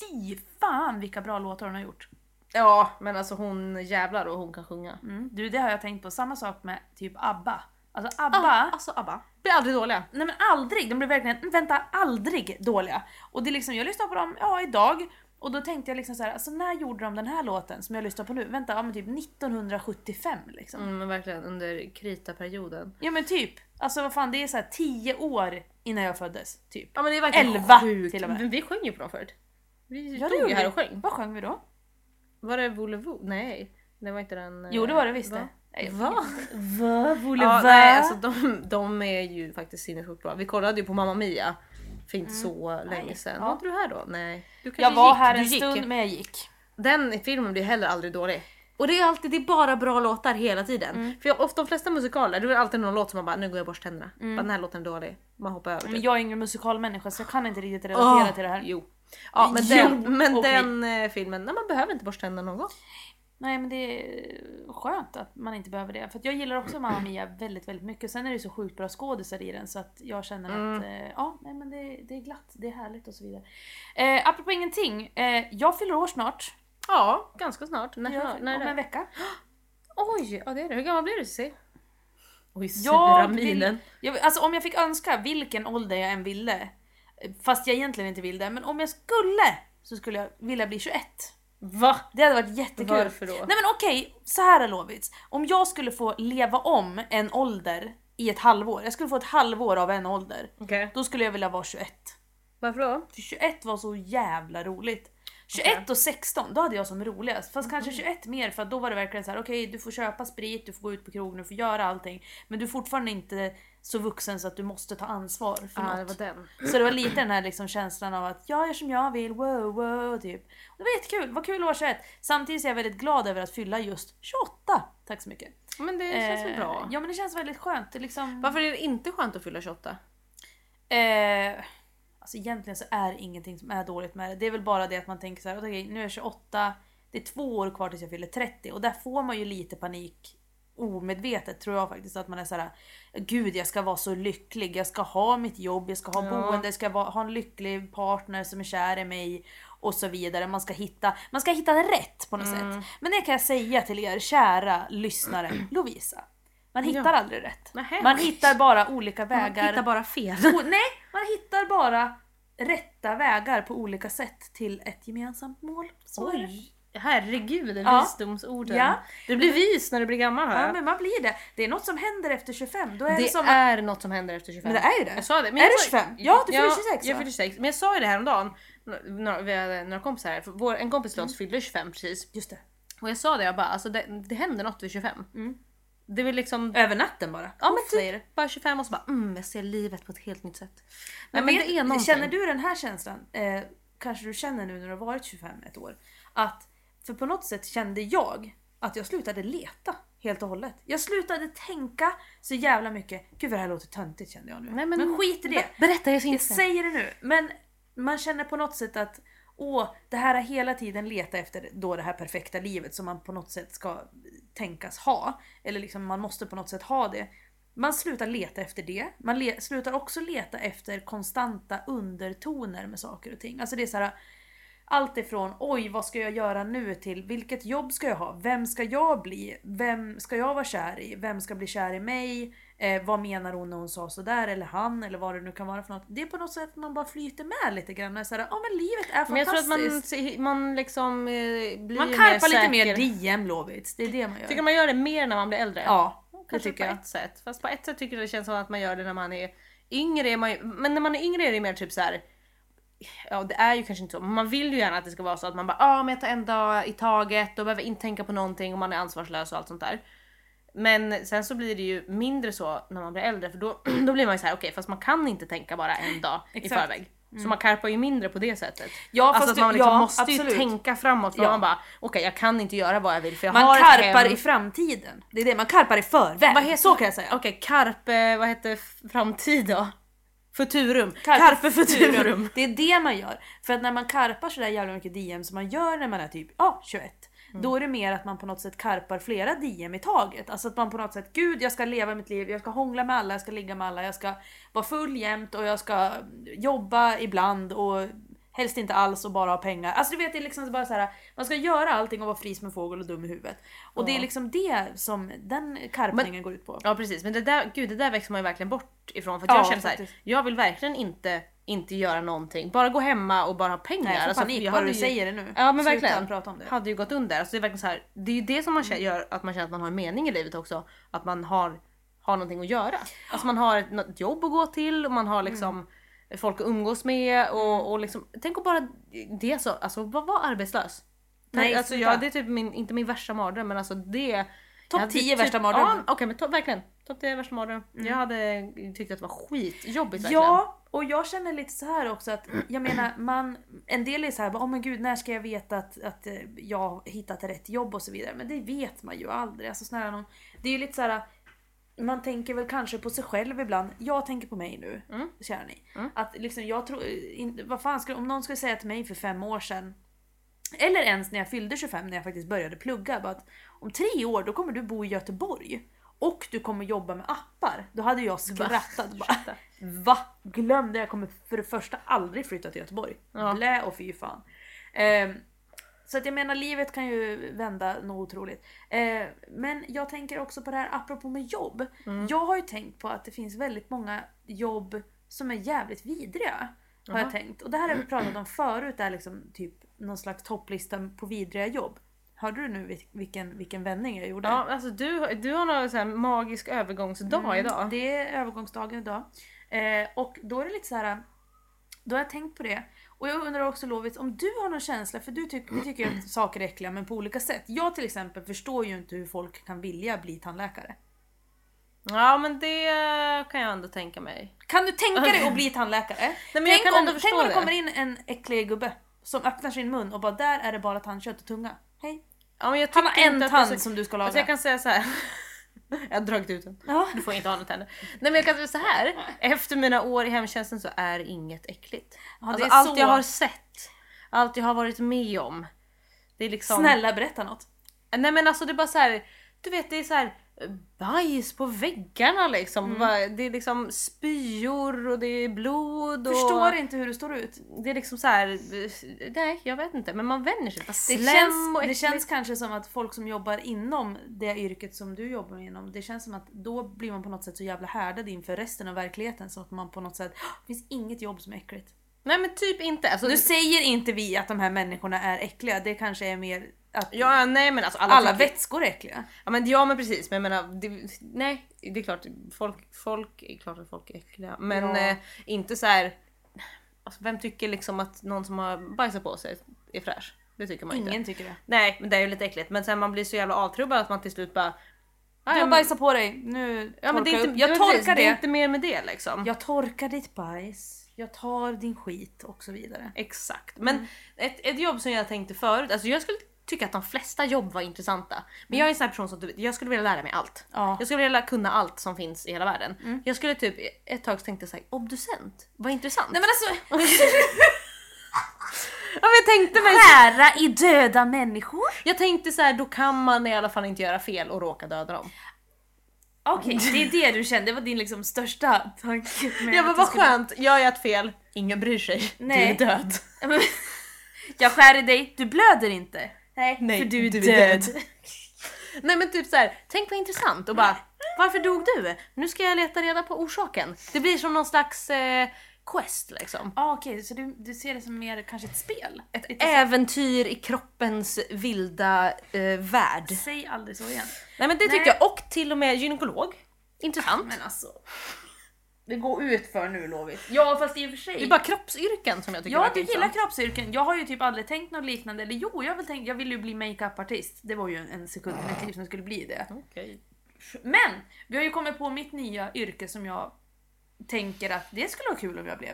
Fy fan vilka bra låtar hon har gjort. Ja men alltså hon jävlar och hon kan sjunga. Mm. Du det har jag tänkt på. Samma sak med typ ABBA. Alltså ABBA. Abba. Alltså ABBA. Blir aldrig dåliga. Nej men aldrig, de blir verkligen, "Mm, vänta, aldrig dåliga. Och det är liksom, jag lyssnade på dem, ja idag, och då tänkte jag liksom så här, alltså när gjorde de den här låten som jag lyssnar på nu? Vänta, ja men typ 1975 liksom. Mm, men verkligen under kritaperioden. Ja men typ, alltså vad fan det är så här 10 år innan jag föddes, typ. Ja men det är verkligen Elva sjukt. till och med. Men vi sjöng ju på dem förut. Vi Ja, det stod gjorde ju här vi. och sjöng. Eh, Vad sjöng vi då? Var det Volevo? Nej. Det var inte den... eh, Jo det var det visst va? det. Nej, jag- Va? Va? Voulez Ja, va? nej, alltså de, de är ju faktiskt sinnessjukt bra. Vi kollade ju på Mamma Mia för inte så länge sedan. Mm. Ja. Var inte du här då? Nej. Du kanske jag var gick, här du en gick. stund men jag gick. Den filmen blir heller aldrig dålig. Mm. Och det är alltid det är bara bra låtar hela tiden. För jag, ofta de flesta musikaler, det är alltid någon låt som man bara nu går jag och borstar tänderna. Bara, den här låten är dålig. Man hoppar över. Men det. jag är ingen musikalmänniska så jag kan inte Åh, riktigt relatera till det här. Jo. Ja, men Jo, den, men okej. den eh, filmen, nej, man behöver inte borsta tänderna någon gång. Nej men det är skönt att man inte behöver det. För att jag gillar också Mamma Mia väldigt väldigt mycket. Sen är det så sjukt bra skådisar i den så att jag känner Mm. att eh, ja, nej, men det, det är glatt, det är härligt och så vidare. Eh, apropå ingenting, eh, jag fyller år snart. Ja, ganska snart. När, Jag, när är om det? en vecka. Oj, ja det är det. Hur gammal blir du Cissi? Oj, Jag vill, jag, alltså om jag fick önska vilken ålder jag än ville, eh, fast jag egentligen inte vill det, men om jag skulle så skulle jag vilja bli 21. Va? Det hade varit jättekul. Varför då? Nej men okej, så här har lovits. Om jag skulle få leva om en ålder i ett halvår, jag skulle få ett halvår av en ålder. Okej. Då skulle jag vilja vara 21. Varför då? För 21 var så jävla roligt. 21 och 16, då hade jag som roligast. Fast kanske Mm. 21 mer för att då var det verkligen så här: okej du får köpa sprit, du får gå ut på krogen, du får göra allting. Men du är fortfarande inte så vuxen så att du måste ta ansvar för Ja, något. Ah, det var den. Så det var lite den här liksom känslan av att jag gör som jag vill, wow wow typ. Och det var jättekul, vad kul att vara 21. Samtidigt är jag väldigt glad över att fylla just 28. Tack så mycket. Men det känns väl Eh, bra? Ja men det känns väldigt skönt. Det är liksom, Varför är det inte skönt att fylla 28? Eh, alltså egentligen så är det ingenting som är dåligt med det. Det är väl bara det att man tänker så här, okej nu är jag 28, det är två år kvar tills jag fyller 30 och där får man ju lite panik omedvetet tror jag faktiskt att man är så här. Gud jag ska vara så lycklig, jag ska ha mitt jobb, jag ska ha boende, jag ska va- ha en lycklig partner som är kär i mig och så vidare. Man ska hitta, man ska hitta rätt på något sätt. Men det kan jag säga till er kära lyssnare, Lovisa. Man hittar aldrig rätt. Nähä. Man hittar bara olika vägar. Hitta bara fel. O- nej, man hittar bara rätta vägar på olika sätt till ett gemensamt mål. Så är det. herregud Ja. visdomsorden. Ja. Du blir vis när du blir gammal hör Ja jag. men man blir det. Det är något som händer efter 25. Då är det, Det som är något som händer efter 25. Men det är ju det. Jag sa det. Men Är jag det sa- 25? Ja, du fyller 26, Jag va? fyller 26. Men jag sa ju det här om dagen. Några, vi hade några kompisar här. För Vår, en kompis till oss fyllde 25 precis. Mm. Just det. Mm. Och jag sa det, jag bara alltså det, det händer något vid 25. Det är väl liksom... Över natten bara. Ja men säger det. typ bara 25 och så bara mm, jag ser livet på ett helt nytt sätt. Men, Nej, men vet- det är någonting. Känner du den här känslan, eh, kanske du känner nu när du har varit 25 ett år, att för på något sätt kände jag att jag slutade leta helt och hållet. Jag slutade tänka så jävla mycket. Gud vad det här låter töntigt kände jag nu. Nej, men- men, skit i det. Berätta, jag syns Jag sen. säger det nu. Men man känner på något sätt att åh, det här har hela tiden letat efter då det här perfekta livet som man på något sätt ska tänkas ha. Eller liksom man måste på något sätt ha det. Man slutar leta efter det. Man le- slutar också leta efter konstanta undertoner med saker och ting. Alltså det är så här allt ifrån oj vad ska jag göra nu till vilket jobb ska jag ha? Vem ska jag bli? Vem ska jag vara kär i? Vem ska bli kär i mig? Eh, vad menar hon när hon sa sådär eller han eller vad det nu kan vara för något. Det är på något sätt man bara flyter med lite grann. och Såhär, ja men livet är fantastiskt. Men jag tror att man, se- man liksom eh, blir man ju karpar lite säker. mer DM Lovits. Det är det man gör. Tycker man gör det mer när man blir äldre? Ja, det Mm, Kanske tycker på jag. ett sätt. Fast på ett sätt tycker jag det känns som att man gör det när man är yngre. Är man ju, men när man är yngre är det mer typ så här. Ja det är ju kanske inte så, men man vill ju gärna att det ska vara så att man bara ah, men jag tar en dag i taget och behöver inte tänka på någonting och man är ansvarslös och allt sånt där. Men sen så blir det ju mindre så när man blir äldre för då, då blir man ju så här: okej fast man kan inte tänka bara en dag i Exakt. förväg. Så man karpar ju mindre på det sättet. Mm. Ja, alltså fast att du- man liksom ja, måste ju absolut. tänka framåt för Ja. man bara okej jag kan inte göra vad jag vill för jag har Man ett karpar hem. i framtiden. Det är det, man karpar i förväg. Vad heter, så kan jag säga. Okej, karpe, vad heter f- framtid då? Futurum. Karpe, futurum. Det är det man gör. För att när man karpar sådär jävla mycket DM som man gör när man är typ ja, 21. Då är det mer att man på något sätt karpar flera DM i taget. Alltså att man på något sätt, gud jag ska leva mitt liv, jag ska hångla med alla, jag ska ligga med alla, jag ska vara full jämt och jag ska jobba ibland och helst inte alls och bara ha pengar. Alltså du vet det är liksom bara så här. man ska göra allting och vara fri som en fågel och dum i huvudet. Och det är liksom det som den karpningen går ut på. Ja precis, men det där, gud, det där växer man ju verkligen bort ifrån. För att Ja, jag känner så här, faktiskt. jag vill verkligen inte, inte göra någonting. Bara gå hemma och bara ha pengar. Nej, jag får Alltså, panik jag bara hade du ju- säger det nu. Ja men Sluta verkligen. prata om det. Hade ju gått under. Alltså, det är verkligen så här, det är ju det som man känner, gör att man känner att man har en mening i livet också. Att man har, har någonting att göra. Alltså man har ett, något jobb att gå till och man Mm. har liksom folk att umgås med och, och liksom, tänk att bara det så, alltså vad var arbetslös? Nej, Nej, alltså sluta. jag, det är typ min, inte min värsta mardröm men alltså det... Topp jag hade 10 typ, värsta mardrömmen. Ja, okej men to, verkligen. Topp 10 värsta mardröm. Jag hade tyckt att det var skitjobbigt verkligen. Mm. Ja, och jag känner lite så här också att jag menar man, en del är så här, bara, åh men gud när ska jag veta att, att eh, jag har hittat rätt jobb och så vidare. Men det vet man ju aldrig. Alltså snälla någon, det är ju lite så här. Man tänker väl kanske på sig själv ibland. Jag tänker på mig nu, kära ni. Att liksom jag tror, in, vad fan skulle, om någon skulle säga till mig för fem år sedan eller ens när jag fyllde 25 när jag faktiskt började plugga. Bara att om tre år då kommer du bo i Göteborg. Och du kommer jobba med appar. Då hade jag skrattat. Bara, Va? Glöm det, jag kommer för det första aldrig flytta till Göteborg. Blä och fy fan. Ehm, så att jag menar livet kan ju vända något otroligt. Eh, men jag tänker också på det här apropå med jobb. Jag har ju tänkt på att det finns väldigt många jobb som är jävligt vidriga. Har jag tänkt. Och det här har vi pratat om förut, är liksom typ någon slags topplista på vidriga jobb. Hörde du nu vil- vilken, vilken vändning jag gjorde? Ja, alltså du, du har någon sån här magisk övergångsdag idag. Mm, Det är övergångsdagen idag. Eh, och då är det lite så här. Då har jag tänkt på det. Och jag undrar också Lovis om du har någon känsla, för du tycker, vi tycker ju att saker är äckliga men på olika sätt. Jag till exempel förstår ju inte hur folk kan vilja bli tandläkare. Ja men det kan jag ändå tänka mig. Kan du tänka dig att bli tandläkare? men jag tänk, kan om, ändå tänk förstå om det det. kommer in en äcklig gubbe som öppnar sin mun och bara där är det bara tandkött och tunga. Hej. Ja, men jag Han har tycker en inte att tand det är så- som du ska laga. Alltså jag kan säga så här. jag har dragit ut den. Ja. Du får inte ha något tänder. Nej men jag kan säga så här. efter mina år i hemtjänsten så är inget äckligt. Ja, alltså, det är allt så. jag har sett, allt jag har varit med om. Det är liksom... Snälla berätta något. Nej men alltså det är bara så här. du vet det är så här eh, bajs på väggarna liksom. Mm. Va- Det är liksom spyor och det är blod och... Förstår inte hur du står ut. Det är liksom så här. nej jag vet inte men man vänjer sig. Det Slem känns, och det äckligt. känns kanske som att folk som jobbar inom det yrket som du jobbar inom, det känns som att då blir man på något sätt så jävla härdad inför resten av verkligheten så att man på något sätt, det finns inget jobb som är äckligt. Nej men typ inte. Alltså, Nu säger inte vi att de här människorna är äckliga, det kanske är mer att Ja, nej men alltså alla, alla tycker- vätskor är äckliga. Ja men, ja men precis, men jag menar, det, nej det är klart, folk, folk är klart att folk är äckliga. Men Ja. eh, inte så här. Alltså, vem tycker liksom att någon som har bajsat på sig är fräsch? Det tycker man Ingen inte. tycker det. Nej men det är ju lite äckligt men sen man blir så jävla avtrubbad att man till slut bara... "Ah, Du ja, har men- bajsat på dig, nu ja, men det är torkar jag inte, upp. Jag ja, precis, torkar det. är det. inte mer med det liksom. Jag torkar ditt bajs, jag tar din skit och så vidare. Exakt. Men Mm. ett, ett jobb som jag tänkte förut, alltså jag skulle tycka att de flesta jobb var intressanta. Men jag är en sån här person som du vet, jag skulle vilja lära mig allt. Mm. Ja. Mm. Jag skulle vilja kunna allt som finns i hela världen. Jag skulle typ ett tag tänkte såhär, obducent, vad intressant. Nej men alltså, ja, men jag tänkte mig skära i döda människor? jag tänkte så här, då kan man i alla fall inte göra fel och råka döda dem. Okej, det är det du kände, det var din liksom största tanke med Jag bara, att du vad skulle- skönt, gör jag ett fel, ingen bryr sig, Nej. du är död. Ja, men- Jag skär i dig, du blöder inte. Nej, för du är död. Nej men typ så här, tänk vad intressant och bara varför dog du? Nu ska jag leta reda på orsaken. Det blir som någon slags eh, quest liksom. Ah, Okej, så du, du ser det som mer kanske ett spel? Ett, Äventyr i kroppens vilda eh, värld. Säg aldrig så igen. Nej men det tycker Nej. jag och till och med gynekolog. Intressant. Men alltså. Det går ut för nu Lovit. Ja fast i och för sig. Det är bara kroppsyrken som jag tycker ja verkar du gillar intressant. kroppsyrken. Jag har ju typ aldrig tänkt något liknande. Eller jo, jag, vill tänkt, jag ville ju bli makeup-artist. Det var ju en, en sekund i mitt liv som skulle bli det. Okej. Men! Vi har ju kommit på mitt nya yrke som jag tänker att det skulle vara kul om jag blev.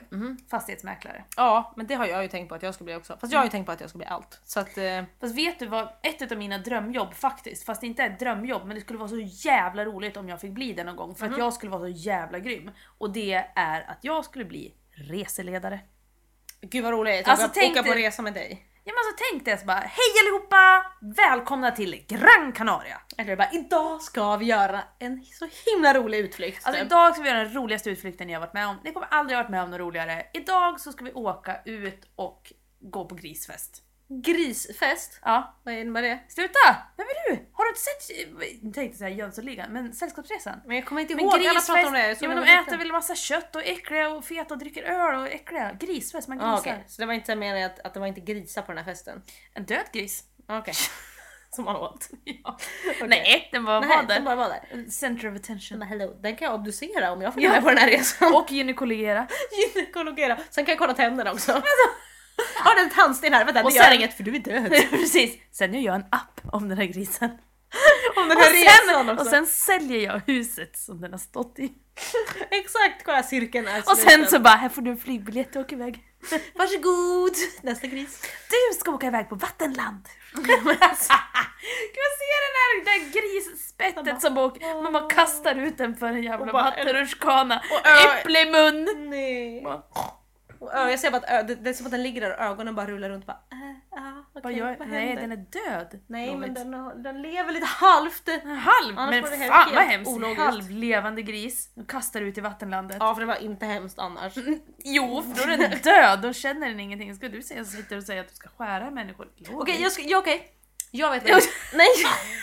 Fastighetsmäklare. Ja, men det har jag ju tänkt på att jag ska bli också. Fast jag har ju tänkt på att jag ska bli allt. Så att, eh, Fast vet du vad, ett av mina drömjobb faktiskt, fast det inte är ett drömjobb, men det skulle vara så jävla roligt om jag fick bli det någon gång för att jag skulle vara så jävla grym. Och det är att jag skulle bli reseledare. gud vad roligt. Alltså, Alltså, tänk åka på dig- resa med dig. Ja men alltså tänk dig så bara, hej allihopa! Välkomna till Gran Canaria! Eller bara, idag ska vi göra en så himla rolig utflykt. Alltså typ. idag ska vi göra den roligaste utflykten jag har varit med om. Ni kommer aldrig ha varit med om något roligare. Idag så ska vi åka ut och gå på grisfest. Grisfest? Ja, Vad innebär det? sluta! Vem är du? Har du inte sett, jag tänkte säga Jönssonligan, men Sällskapsresan? Men jag kommer inte Men ihåg, alla grisfest, pratar om det. jag såg ja, men när de jag var äter liten. väl massa kött och är äckliga och feta och dricker öl och är äckliga. Grisfest, man grisar. Ah, okej. Så det var inte meningen att, att det var inte grisar på den här festen? En död gris. Okej. Som man åt. Ja. Okej. Nej, den var Nej, var den där. bara var där. Center of attention. Men hello, den kan jag obducera om jag får med på den här resan. Och gynekologera. Alltså, gynekologera. Sen kan jag kolla tänderna också. Alltså, Har den tandsten här? Vänta, Och det gör sen- inget för du är död. Precis. Sen gör jag en app om den här grisen. Om den Och här resan sen, också. och sen säljer jag huset som den har stått i. Exakt, kolla cirkeln är Och sen så sluten. bara, här får du en flygbiljett och åker iväg. Varsågod! Nästa gris. Du ska åka iväg på vattenland! Kan man se den här, det där grisspettet som bara, åker- man bara kastar ut den för en jävla Och bara- vattenrutschkana. Och ö- Mm. Äpple i mun! Nej. Och ö, jag ser bara att ö, det, det är som att den ligger där och ögonen bara rullar runt. Bara, äh, ja, okej, Vad gör, vad nej händer? den är död. Nej men Lovligt. den, har- den lever lite halvt. Halv! Annars var det men helt- fan vad helt hemskt! En ologiskt. halvlevande gris. De kastar ut i vattenlandet. Ja för det var inte hemskt annars. Jo, för då är den död, då känner den ingenting. Ska du säga, sitter och säga att du ska skära i människor? Lov. Okej, jag, ska, ja, okej. jag vet vad jag... Nej,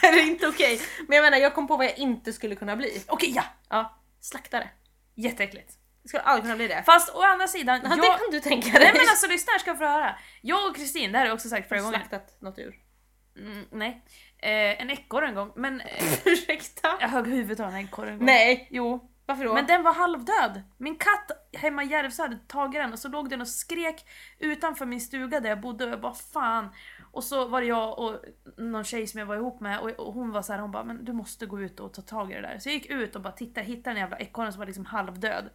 det är inte okej. Men jag menar, jag kom på vad jag inte skulle kunna bli. Okej, ja! Ja, slaktare. Jätteäckligt. Jag skulle aldrig kunna bli det. Fast å andra sidan, Ja, det jag... kan du tänka dig. Nej men alltså lyssnare ska få höra. Jag och Kristin, det här har jag också sagt förra gången. Slaktat något djur. Mm, nej. Eh, en ekorre en gång, men eh, Ursäkta? jag högg huvudet av en ekorre en gång. Nej, Jo. varför då? Men den var halvdöd. Min katt hemma i Järvsö hade tagit den och så låg den och skrek utanför min stuga där jag bodde och jag bara fan. Och så var det jag och någon tjej som jag var ihop med och och hon var så här, hon bara men du måste gå ut och ta tag i det där. Så jag gick ut och bara tittade, hittade den jävla ekorren som var liksom halvdöd.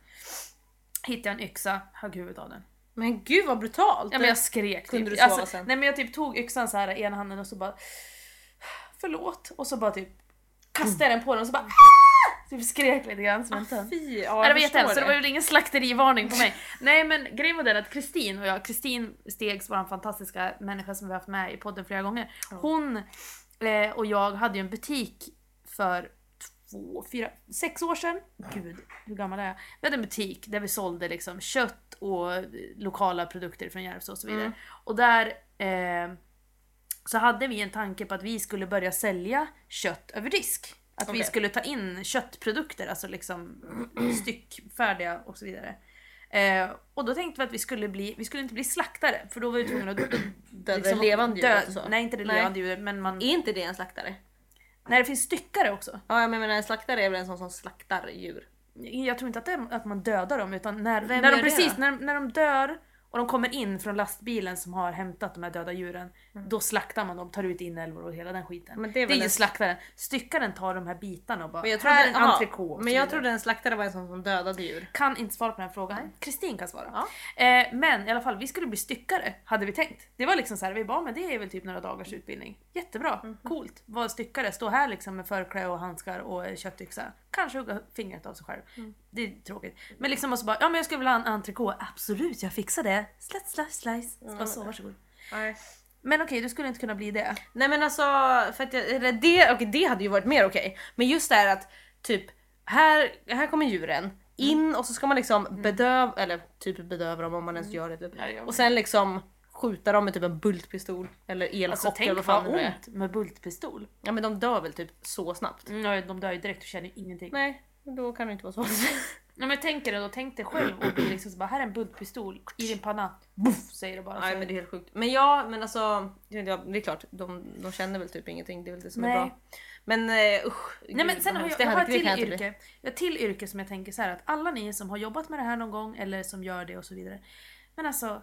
Hittade en yxa, högg huvudet av den. Men gud vad brutalt! Ja men jag skrek Kunde typ. du sova alltså, sen? Nej men jag typ tog yxan så här i ena handen och så bara Förlåt och så bara typ kastade jag den på den och Mm. så bara "Ah!" Typ skrek lite grann som en tönt. Fy, Ja, ja, det jag var förstår jättehemskt, så det var det. väl ingen slakterivarning på mig. Nej men grejen var den att Kristin och jag, Kristin Stegs, vår fantastiska människa som vi har haft med i podden flera gånger. Hon eh, och jag hade ju en butik för två, fyra, sex år sedan. Gud, hur gammal är jag? Vi hade en butik där vi sålde liksom kött och eh, lokala produkter från Järvsö och så vidare. Mm. Och där eh, så hade vi en tanke på att vi skulle börja sälja kött över disk. Att vi Okej. skulle ta in köttprodukter, alltså liksom styckfärdiga och så vidare. Eh, och då tänkte vi att vi skulle, bli, vi skulle inte bli slaktare för då var vi tvungna att liksom Döda det levande dö- djuret och så. Nej inte det Nej. levande djuret men man... Är inte det en slaktare? Nej det finns styckare också. Ja men jag menar en slaktare är väl en sån som slaktar djur? Jag tror inte att, det, att man dödar dem utan när, Vem när, de, gör det precis, då? när, när de dör och de kommer in från lastbilen som har hämtat de här döda djuren. Då slaktar man dem, tar ut inälvor och hela den skiten. Mm. Men det det är, är väl ju en- slaktaren. Styckaren tar de här bitarna och bara Men jag här är trodde- en aha, entrecote. och Men jag så vidare." trodde en slaktare var en sån som dödade djur. kan inte svara på den här frågan. Kristin kan svara. Eh, men i alla fall, vi skulle bli styckare hade vi tänkt. Det var liksom så här, vi bara men det är väl typ några dagars utbildning. Jättebra, coolt. Vara styckare, stå här liksom med förklä och handskar och eh, köttyxa. Kanske hugga fingret av sig själv. Det är tråkigt. Men liksom och så bara, ja men jag skulle vilja ha en entrecote. Absolut, jag fixar det. Slice, slice, slice. Och så, varsågod. Nej. Men okej, du skulle inte kunna bli det. Nej men alltså, för att jag, eller det, okej, det hade ju varit mer okej. Men just det här att typ, här, här kommer djuren in och så ska man liksom bedöva, eller typ bedöva dem om man ens gör det typ. gör och sen liksom skjuta dem med typ en bultpistol eller elchock Alltså eller tänk vad fan vad det nu är. ont med bultpistol. Ja men de dör väl typ så snabbt. Mm, de dör ju direkt och känner ju ingenting. Nej, då kan det inte vara så. Ja, men tänk dig då, tänk dig själv och bli liksom så bara, här är en bullpistol i din panna. Buff, säger det bara. Nej Så- men det är helt sjukt. Men ja men alltså, det är klart de, de känner väl typ ingenting, det är väl det som Nej. är bra. Men eh, usch. Nej men gud, sen vad har hemskt. jag, Det jag hade- har ett det kan jag till inte bli. yrke. Jag har ett till yrke som jag tänker så här att alla ni som har jobbat med det här någon gång eller som gör det och så vidare. Men alltså,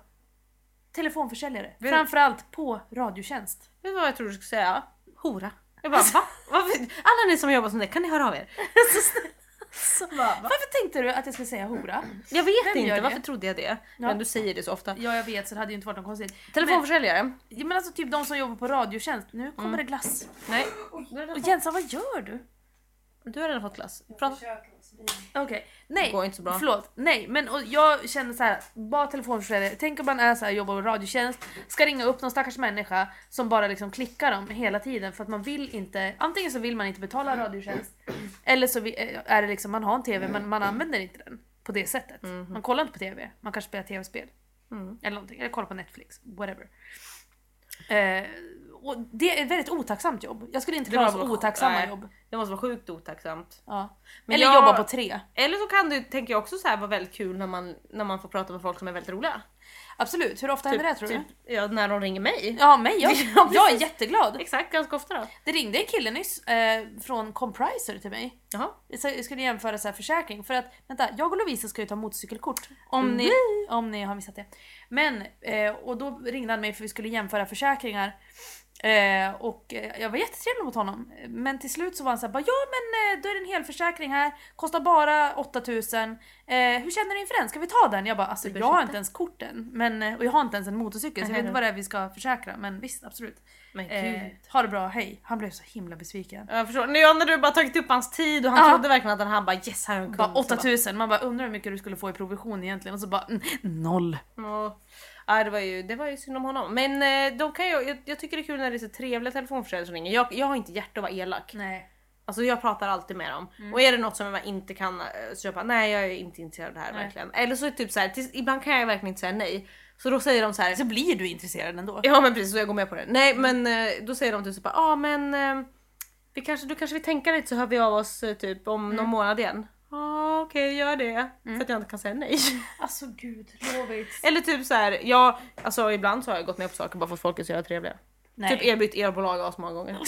telefonförsäljare. Framförallt på Radiotjänst. Vet du vad jag tror du skulle säga? Hora. Jag Alltså- bara va? Varför? Alla ni som jobbar som det, kan ni höra av er? Varför tänkte du att jag skulle säga hora? Jag vet Vem gör inte, det? varför trodde jag det? Men du säger det så ofta. Ja jag vet så det hade ju inte varit något konstigt. Telefonförsäljare? Men, ja, men alltså typ de som jobbar på Radiotjänst, nu Mm. kommer det glass. Nej. Och Jensa vad gör du? Du har redan fått glass. Prata. Okej, nej. Det går inte så bra. Förlåt, nej men och jag känner så här, bara telefonförsäljare, tänk om man är så här, jobbar på radiotjänst, ska ringa upp någon stackars människa som bara liksom klickar dem hela tiden för att man vill inte, antingen så vill man inte betala Mm. radiotjänst eller så vi- är det liksom, man har en TV men man använder inte den på det sättet. Mm-hmm. Man kollar inte på TV, man kanske spelar TV-spel. Mm. Eller någonting, eller kollar på Netflix, whatever. Eh, och det är ett väldigt otacksamt jobb. Jag skulle inte klara av otacksamma Nej, jobb. Det måste vara sjukt otacksamt. Ja. Men eller jag- jobba på tre. Eller så kan det, tänker jag också så här, vara väldigt kul när man, när man får prata med folk som är väldigt roliga. Absolut, hur ofta händer det tror du? typ, Ja, när de ringer mig. Ja, mig jag, Ja, jag är precis. jätteglad. Exakt, ganska ofta då. Det ringde en kille nyss eh, från Compriser till mig. Jaha. Så Jag skulle jämföra så här försäkring för att vänta, jag och Lovisa ska ju ta motorcykelkort. Om ni, om ni har missat det. Men, eh, och då ringde han mig för vi skulle jämföra försäkringar. Eh, och eh, jag var jättetrevlig mot honom. Men till slut så var han såhär, ja men eh, då är det en helförsäkring här, kostar bara 8000. Eh, hur känner du inför den? Ska vi ta den? Jag bara, alltså jag har inte ens korten. Men, eh, och jag har inte ens en motorcykel så jag vet inte vad det är vi ska försäkra. Men visst, absolut. Men Eh, gud. ha det bra, hej. Han blev så himla besviken. Jag förstår. Nu, ja, när du bara tagit upp hans tid och han Ja. trodde verkligen att han, han bara yes här är en kund. Bara Så 8000, man bara undrar hur mycket du skulle få i provision egentligen och så bara mm, noll. Ja, Ja, det var ju, det var ju synd om honom. Men eh, de kan ju, jag, jag tycker det är kul när det är så trevliga telefonförsäljare som ringer. Jag, jag har inte hjärta att vara elak. Nej. Mm. Alltså jag pratar alltid med dem. Och är det något som jag inte kan eh, så jag bara nej jag är inte intresserad av det här verkligen. Eller så är det typ så här, tills, ibland kan jag verkligen inte säga nej. Så då säger de så här. Så blir du intresserad ändå. Mm. Ja men precis, så jag går med på det. Nej men eh, då säger de typ så bara, ja ah, men eh, vi kanske, du kanske vill tänka lite så hör vi av oss eh, typ om Mm. någon månad igen. Ja ah, okej gör det. För att jag inte kan säga nej. Alltså gud, lovigt. Eller typ så här, ja alltså ibland så har jag gått med på saker bara för att folk är så jävla trevliga. Nej. Typ erbjudit elbolag asmånga gånger.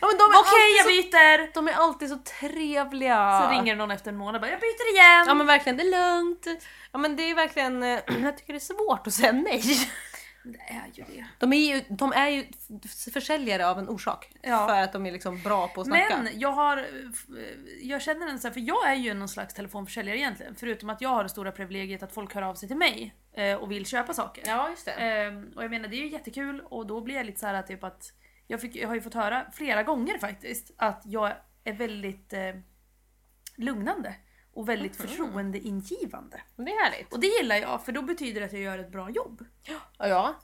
ja, men de är Okej jag alltid byter! så, de är alltid så trevliga. Så ringer någon efter en månad och bara jag byter igen! Ja men verkligen, det är lugnt. Ja men det är verkligen, eh, jag tycker det är svårt att säga nej. det är ju det. De är ju, de är ju f- försäljare av en orsak. Ja. För att de är liksom bra på att snacka. Men jag har, eh, jag känner en så här, för jag är ju någon slags telefonförsäljare egentligen. Förutom att jag har det stora privilegiet att folk hör av sig till mig eh, och vill köpa saker. Ja just det. Ehm, och jag menar det är ju jättekul och då blir jag lite så här typ att jag, fick, jag har ju fått höra flera gånger faktiskt att jag är väldigt eh, lugnande och väldigt förtroendeingivande. Men det är härligt. Och det gillar jag för då betyder det att jag gör ett bra jobb. Ja. ja.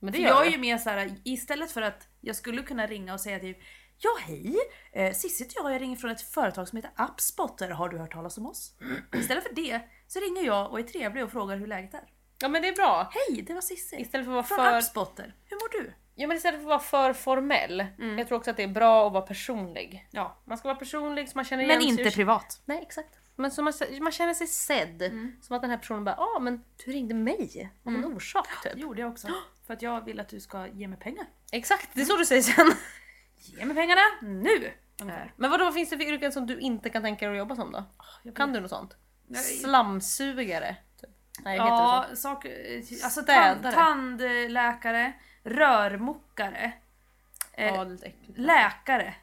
Men det För gör jag det. är ju mer så här istället för att jag skulle kunna ringa och säga typ Ja hej! Eh, Cissi heter jag, jag ringer från ett företag som heter Appspotter, har du hört talas om oss? Istället för det så ringer jag och är trevlig och frågar hur läget är. Ja men det är bra. Hej, det var Cissi! Istället för att Från vara för, Appspotter, hur mår du? ja, men istället för att vara för formell. Jag tror också att det är bra att vara personlig. Ja, Man ska vara personlig så man känner Men sig inte ur- privat. Nej exakt. Men så man, man känner sig sedd. Som att den här personen bara ah men du ringde mig av en orsak typ. Det gjorde jag också. För att jag vill att du ska ge mig pengar. Exakt, det är så du säger sen. Ge mig pengarna nu! Ungefär. Men vadå, vad finns det för yrken som du inte kan tänka dig att jobba som då? Kan du något sånt? Nej. Slamsugare? Typ. Nej, Ja, heter saker... Alltså tand, Städare. tandläkare, rörmokare, det så? eh, Ja, lite äckligt. läkare.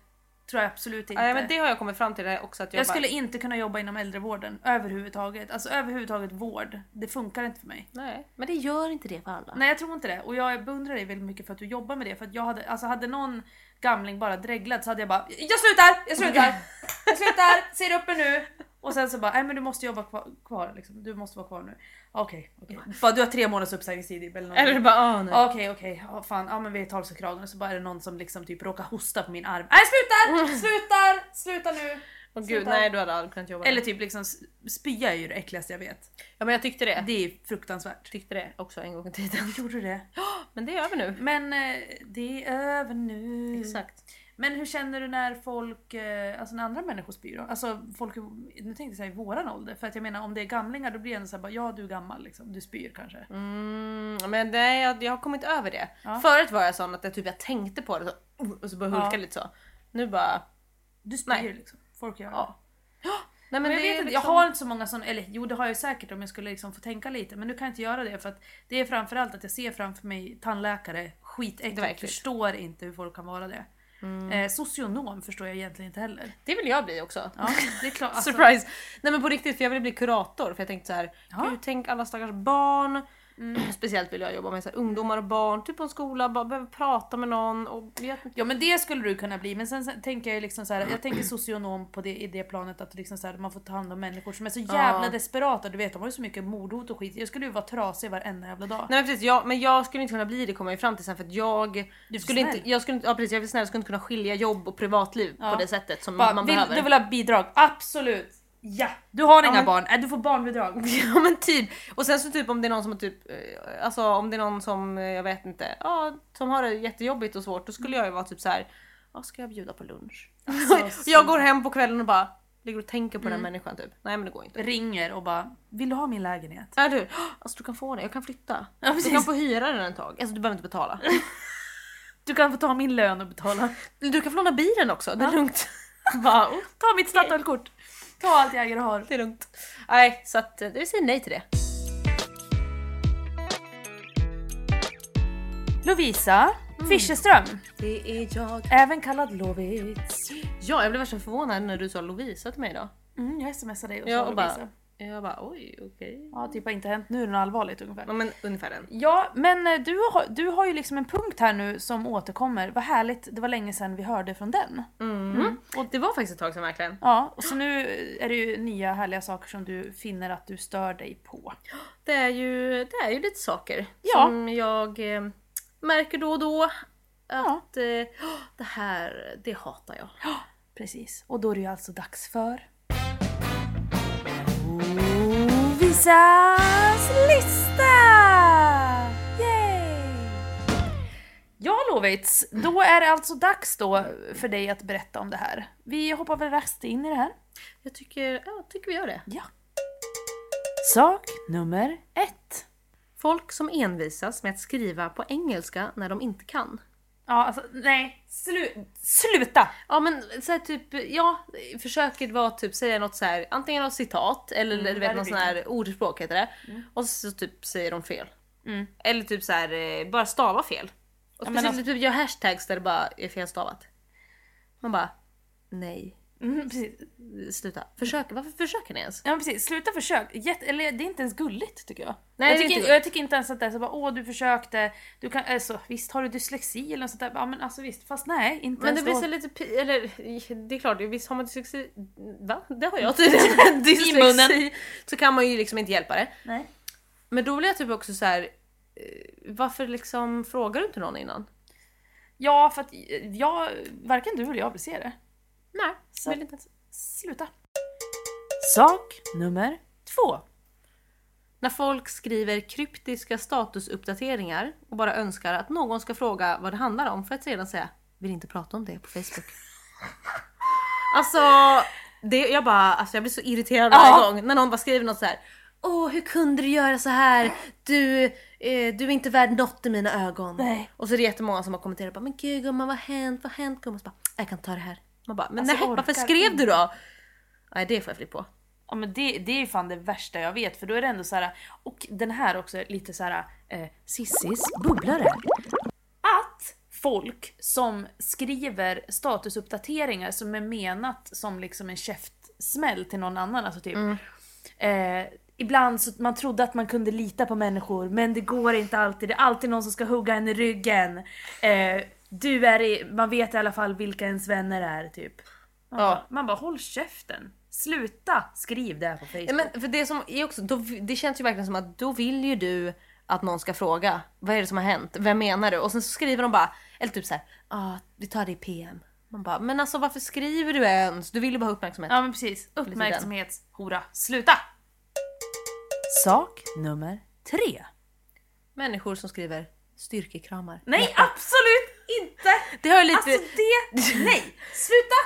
Tror jag absolut inte. Nej men det har jag kommit fram till det också att jag, jag bara, skulle inte kunna jobba inom äldrevården överhuvudtaget. Alltså överhuvudtaget vård. Det funkar inte för mig. Nej, men det gör inte det för alla. Nej jag tror inte det. Och jag beundrar dig väldigt mycket för att du jobbar med det. För att jag hade, alltså hade någon gamling bara dreglat så hade jag bara Jag slutar! Jag slutar! Jag slutar! Ser upp er nu! Och sen så bara, nej men du måste jobba kvar, kvar liksom. Du måste vara kvar nu. Okej, okej. Bara du har tre månaders uppsägningstid Ibbe, eller någonting. Eller bara ah, nej. Ja, Okej okej, Ja, fan, ja men vi tar så kragen och så bara är det någon som liksom typ råkar hosta på min arm. Nej slutar! Slutar! Sluta nu! Åh, gud, sluta. nej du hade aldrig kunnat jobba Eller Eller, typ liksom s- spya är ju det äckligaste jag vet. Ja men jag tyckte det. Det är fruktansvärt. Tyckte det också en gång i tiden. Gjorde du det? Men det är över nu. Men eh, det är över nu. Exakt. Men hur känner du när folk, eh, alltså när andra människor spyr då? Alltså folk, i- nu tänkte jag säga i våran ålder, för att jag menar om det är gamlingar då blir det ändå såhär bara, ja du är gammal liksom, du spyr kanske. Mm, men nej, jag, jag har kommit över det. Förut var jag sån att jag typ jag tänkte på det så, och så började hulka Ja. lite så. Nu bara Du spyr Nej. liksom, folk gör det. Ja. Nej, men Men jag, det vet är inte, liksom... jag har inte så många sådana, eller jo det har jag ju säkert om jag skulle liksom få tänka lite men nu kan jag inte göra det för att det är framförallt att jag ser framför mig tandläkare, Det var skitäckligt, äckligt. förstår inte hur folk kan vara det. Mm. Eh, socionom förstår jag egentligen inte heller. Det vill jag bli också. Ja, det är klart, alltså, Surprise! Nej men på riktigt för jag ville bli kurator för jag tänkte så här, Ja. Mm. gud tänk alla stackars barn. Speciellt vill jag jobba med så här, ungdomar och barn, typ på en skola, bara behöver prata med någon och vet inte. Ja men det skulle du kunna bli men sen, sen tänker jag liksom så här, jag tänker socionom på det, i det planet att liksom så här, man får ta hand om människor som är så jävla desperata, du vet de har ju så mycket mordhot och skit. Jag skulle ju vara trasig varenda jävla dag. Nej men precis, jag, men jag skulle inte kunna bli det kommer jag ju fram till sen för att jag Du är för skulle inte, snäll. jag skulle inte, ja precis jag är för snäll, jag skulle inte kunna skilja jobb och privatliv på det sättet som Bara, man vill, behöver. du vill ha bidrag? Absolut! Ja! Du har inga men- barn, äh, du får barnbidrag. Ja men typ. Och sen så typ om det är någon som har typ, eh, alltså om det är någon som, eh, jag vet inte, ja, som har det jättejobbigt och svårt, då skulle jag ju vara typ så här. ja ska jag bjuda på lunch? jag går hem på kvällen och bara ligger och tänker på Mm. den människan typ. Nej men det går inte. ringer och bara Vill du ha min lägenhet? Är du? Alltså du kan få den, jag kan flytta. du precis. kan få hyra den ett tag. Alltså du behöver inte betala. Du kan få ta min lön och betala. Du kan få låna bilen också, det är lugnt. Bara, oh, Ta mitt Statoilkort. Ta allt jag äger och har. det är lugnt. Nej så att eh, vi säger nej till det. Lovisa Mm. Fischerström, Det är jag. även kallad Lovits. Ja jag blev värsta förvånad när du sa Lovisa till mig idag. Mm, jag smsade dig och sa Ja och Lovisa. bara, jag bara oj okej. Ja, typ har inte hänt nu något allvarligt ungefär. Ja men ungefär den. Ja, men eh, du har, du har ju liksom en punkt här nu som återkommer. Vad härligt, det var länge sedan vi hörde från den. Mm. Och det var faktiskt ett tag sedan verkligen. Ja, och så nu är det ju nya härliga saker som du finner att du stör dig på. Det är ju, det är ju lite saker Ja. som jag eh, märker då och då. Ja. Att eh, det här, det hatar jag. Precis, och då är det ju alltså dags för... Lovisas lista! Yay! Ja Lovits, då är det alltså dags då för dig att berätta om det här. Vi hoppar väl raskt in i det här. Jag tycker, ja, tycker vi gör det. Ja. Sak nummer ett. Folk som envisas med att skriva på engelska när de inte kan. Ja, alltså nej. Slu- sluta! Ja men så här, typ, ja, försöker vara typ säga något så här, antingen något citat eller Mm, du vet någon sån här ordspråk heter det. Och så typ säger de fel. Eller typ så här, eh, bara stava fel. Och Mm. men alltså- speciellt typ gör hashtags där det bara är felstavat. Man bara, nej, Mm, precis. sluta. Försök, Mm. varför försöker ni ens? Ja men precis, sluta försök. Jätte, eller det är inte ens gulligt tycker jag. Nej, jag, det är tycker, inte jag tycker inte ens att det är så bara åh du försökte, du kan, alltså, visst har du dyslexi eller något sånt där. Ja men alltså visst, fast nej inte Men det ens blir då. så lite, pi- eller det är klart, visst har man dyslexi, va? Det har jag tydligen. dyslexi. munnen. Så kan man ju liksom inte hjälpa det. Nej. Men då blir jag typ också så här. eh, Varför liksom frågar du inte någon innan? Ja för att eh, jag, varken du eller jag vill se det. Nej, Så vill att- inte. Sluta. Sak nummer två. När folk skriver kryptiska statusuppdateringar och bara önskar att någon ska fråga vad det handlar om för att sedan säga vill inte prata om det på Facebook. alltså, det, jag bara, alltså jag blir så irriterad varje gång när någon bara skriver något så här. Åh hur kunde du göra så här? Du, eh, du är inte värd något i mina ögon. Nej. Och så är det jättemånga som har kommenterat bara men gud gumman vad har hänt? Vad har hänt gumman? Så bara, jag kan ta det här. Man bara men Alltså, nej varför orkar skrev du då? Nej det får jag flipp på. Ja men det, det är ju fan det värsta jag vet för då är det ändå så här. och den här också är lite så här eh, Sissis bubblare. Att folk som skriver statusuppdateringar som är menat som liksom en käftsmäll till någon annan, alltså typ Mm. eh, Ibland så man trodde att man kunde lita på människor men det går inte alltid. Det är alltid någon som ska hugga en i ryggen. Eh, du är i, man vet i alla fall vilka ens vänner är typ. Man, bara, man bara håll käften. Sluta skriv det här på Facebook. Ja, men för det som är också, då, det känns ju verkligen som att då vill ju du att någon ska fråga vad är det som har hänt? Vem menar du? Och sen så skriver de bara, eller typ så här, ah, vi tar det i PM. Man bara, men alltså varför skriver du ens? Du vill ju bara ha uppmärksamhet. Ja men precis. Uppmärksamhetshora. Sluta! Sak nummer tre. Människor som skriver styrkekramar. Nej absolut inte! Det har jag lite... Alltså det, nej! Sluta!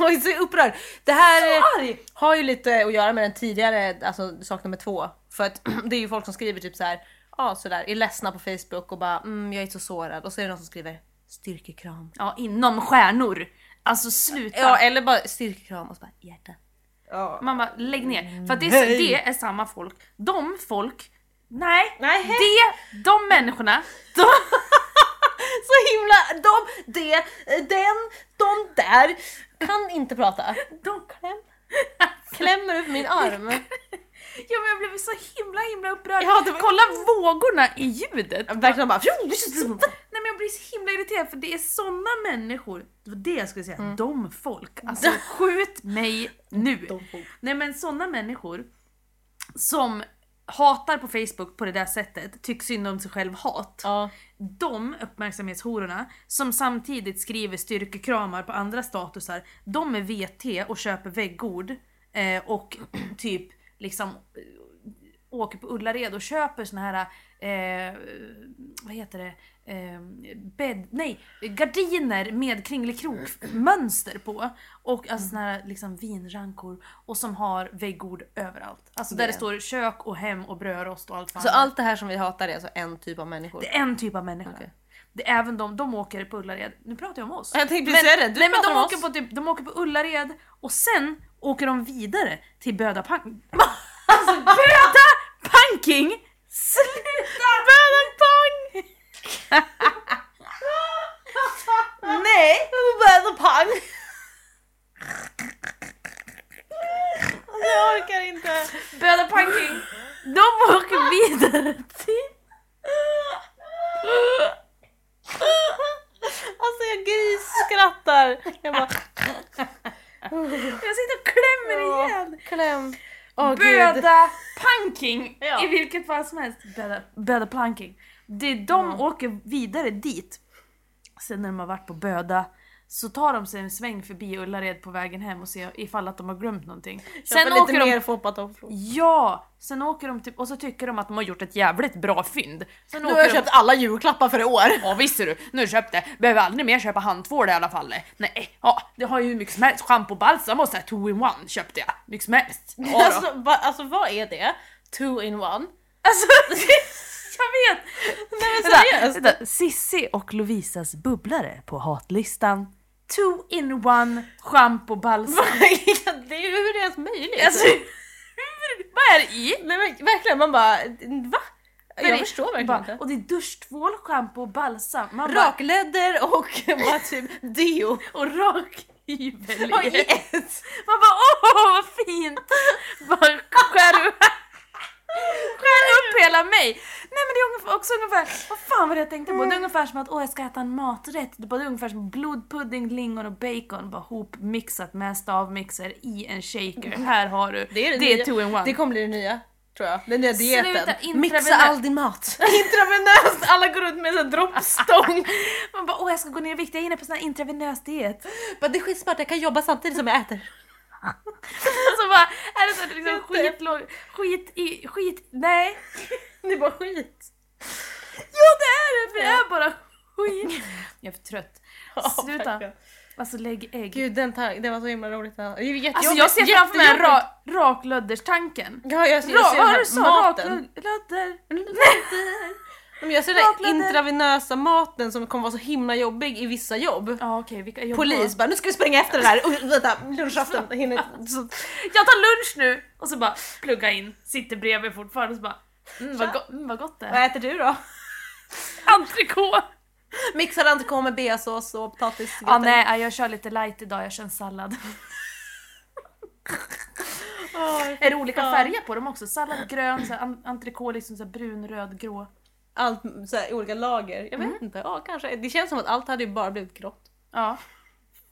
Jag är så upprörd. Det här Så eh, arg! har ju lite att göra med den tidigare, alltså sak nummer två. För att det är ju folk som skriver typ så här, ja sådär, är ledsna på Facebook och bara mm, jag är så sårad. Och så är det någon som skriver styrkekram. Ja inom stjärnor. Alltså sluta! Ja eller bara styrkekram och så bara hjärta. Ja. Man bara, lägg ner. För att det, är, det är samma folk. De folk, nej. Nej. Det, de människorna, de, Så himla... De, de, den, de där kan inte prata. de kläm. Klämmer upp min arm. Ja men jag blev så himla himla upprörd. Ja, det var- Kolla vågorna i ljudet. Verkligen bara... Alltså, Nej men jag blir så himla irriterad för det är såna människor, det var det jag skulle säga, de folk. Alltså skjut mig nu. Nej men såna människor som hatar på Facebook på det där sättet, tycker synd om sig själv hat. Ja. De uppmärksamhetshororna som samtidigt skriver styrkekramar på andra statusar, de är VT och köper väggord eh, och typ liksom eh, åker på Ullared och köper såna här, eh, vad heter det, eh, bädd, nej, gardiner med kringelikrokmönster på. Och alltså såna här liksom vinrankor och som har väggord överallt. Alltså där det står kök och hem och brödrost och allt vad Så annat. allt det här som vi hatar är alltså en typ av människor? Det är en typ av människa. Okej. Det är även de, de åker på Ullared. Nu pratar jag om oss. Jag tänkte precis säga det, du nej, men pratar de om åker oss. på typ, De åker på Ullared och sen åker de vidare till Böda Pank. alltså Böda Panking! Sluta! Böda Pank! Nej! Väder pang! Jag orkar inte. Böda Panking! De åker vidare till... Alltså jag grisskrattar. Jag bara Jag sitter och klämmer igen! kläm. Åh gud. Böda Panking! Ja. I vilket fall som helst. Böda, böda Planking. Det är de åker vidare dit. Sen när de har varit på Böda så tar de sig en sväng förbi Ullared på vägen hem och ser ifall att de har glömt någonting. Sen Sen lite åker de... mer foppatofflor. Ja! Sen åker de typ, och så tycker de att de har gjort ett jävligt bra fynd. Sen Nu åker har jag de- köpt alla julklappar för i år. Ja visst ser du, nu har du köpt det. Behöver aldrig mer köpa handtvål i alla fall. Nej, ja, det har ju hur mycket som helst. Schampo, balsam och så här two-in-one köpte jag. Mycket som helst. Ja, då. Alltså, va, alltså vad är det? Two in one? Alltså, jag vet! Nej men seriöst. Vänta, vänta. Sissi och Lovisas bubblare på hatlistan. Two in one schampo balsam. det är ju hur det är ens möjligt. Alltså, hur- vad är det i? Nej men verkligen man bara va? Nej, Jag förstår verkligen bara, inte. Och det är duschtvål, schampo och balsam. Man bara, Raklödder och bara typ deo. och rak hyvel Och i i ett. Man bara åh vad fint! Bara skär, upp- skär upp hela mig! Nej men det är ungefär, också ungefär, vad fan var det jag tänkte på? Det är Mm. ungefär som att åh jag ska äta en maträtt. Det är bara ungefär som blodpudding, lingon och bacon bara hopmixat med stavmixer i en shaker. Här har du, Mm. Det är, det är nya. two in one. Det kommer bli det nya tror jag. Den nya Sluta, dieten. Mixa intravenöst. all din mat. Intravenöst! Alla går runt med en droppstång. Man bara åh jag ska gå ner i vikt, jag är inne på sån här intravenös diet. Bara, det är skitsmart, jag kan jobba samtidigt som jag äter. Så bara, är det så att liksom skitlåg, skit i, skit, nej. Det är bara skit. Ja det är det, för jag är bara skit. Jag är för trött. Sluta. verkligen. Alltså lägg ägg. Gud den tank, det var så himla roligt. Det är ju Alltså jag jättejobbigt, ser framför mig jättejobbigt. ra, raklödderstanken. Ja jag ser, jag Ra, ser den vad har du här sa? maten. Raklödder? Men jag ser den här Raklödder. intravenösa maten som kommer vara så himla jobbig i vissa jobb. Ja okej, vilka jobb Polis bara nu ska vi springa efter den här, Oj, vänta lunchafton jag hinner så Alltså, Jag tar lunch nu! Och så bara plugga in, sitter bredvid fortfarande och så bara mm, vad, go- mm, vad gott det är. Vad äter du då? Entrecote! Mixad entrecote med beasås och potatis. Ja nej, ja, jag kör lite light idag, jag kör en sallad. Är det olika färger på dem också? Sallad grön, så här an- entrecote liksom så här brun, röd, grå. Allt så här, olika lager. Jag vet Mm. inte, ja kanske. Det känns som att allt hade ju bara blivit grått. Ja.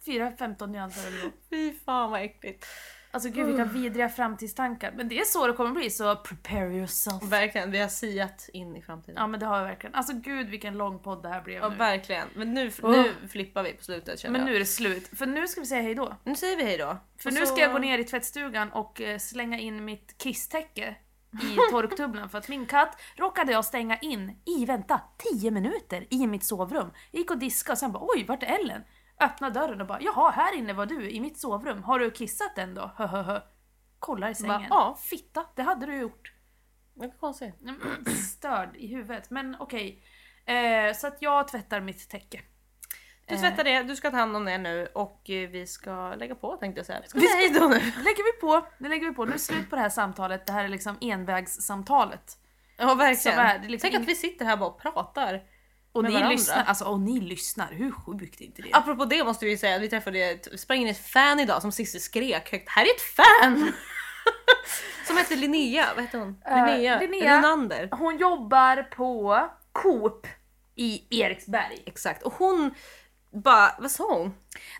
4-15 nyanser eller något. Fy fan vad äckligt. Alltså gud vilka vidriga framtidstankar. Men det är så det kommer bli, så prepare yourself. Verkligen, vi har siat in i framtiden. Ja men det har jag verkligen. Alltså gud vilken lång podd det här blev Ja, nu. verkligen. Men nu, Oh. nu flippar vi på slutet känner Men jag. nu är det slut. För nu ska vi säga hejdå. Nu säger vi hejdå. För Och nu så- ska jag gå ner i tvättstugan och eh, slänga in mitt kisstäcke i torktumlaren för att min katt råkade jag stänga in i, vänta, 10 minuter i mitt sovrum. Jag gick och diskade och sen bara oj, vart är Ellen? Öppna dörren och bara jaha, här inne var du i mitt sovrum. Har du kissat den då? Höhöhö. Kollar i sängen. ja. Fitta, det hade du gjort. Vad konstigt. Mm, Störd i huvudet, men okej. Eh, så att jag tvättar mitt täcke. Du tvättar det, du ska ta hand om det nu och eh, vi ska lägga på tänkte jag säga. Ska vi säga hej då nu? Nu lägger vi på, nu lägger vi på, nu är det slut på det här samtalet. Det här är liksom envägssamtalet. Ja verkligen. Så är det liksom Tänk att ing- vi sitter här bara och pratar. Och Med ni varandra. lyssnar, alltså och ni lyssnar, hur sjukt är inte det? Apropå det måste vi säga att vi träffade, ett- sprang in ett fan idag som Cissi skrek högt. Här är ett fan! som heter Linnea, vad heter hon? Linnea, Eh, Linnea. Rinander. Hon jobbar på Coop i Eriksberg. Exakt. Och hon bara, vad sa hon?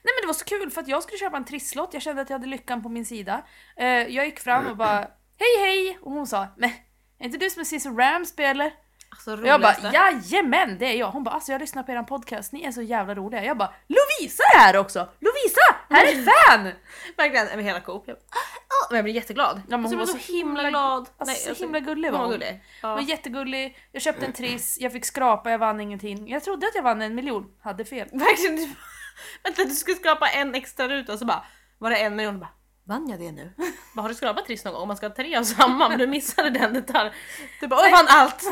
Nej men det var så kul för att jag skulle köpa en trisslott, jag kände att jag hade lyckan på min sida. Eh, jag gick fram och bara hej hej och hon sa men är inte du som är Cissi Ramsby eller? Alltså Och jag bara roligaste. jajamän det är jag. Hon bara alltså jag lyssnar på eran podcast, ni är så jävla roliga. Jag bara Lovisa är här också! Lovisa! Här är ett fan! Verkligen, över hela Coop. Jag, bara, "Ah, ah." men jag blev jätteglad. men alltså, jag hon blev var så himla glad. Alltså, så himla gullig var hon. hon. Gullig. Hon var Ja. jättegullig, jag köpte en triss, jag fick skrapa, jag vann ingenting. Jag trodde att jag vann en miljon, hade fel. Verkligen. du- Vänta du skulle skrapa en extra ruta och så bara var det en miljon och bara vann jag det nu? Bara, har du skrapat triss någon gång? Man ska ha tre av samma men du missade den detalj. Du bara "Åh, jag vann allt!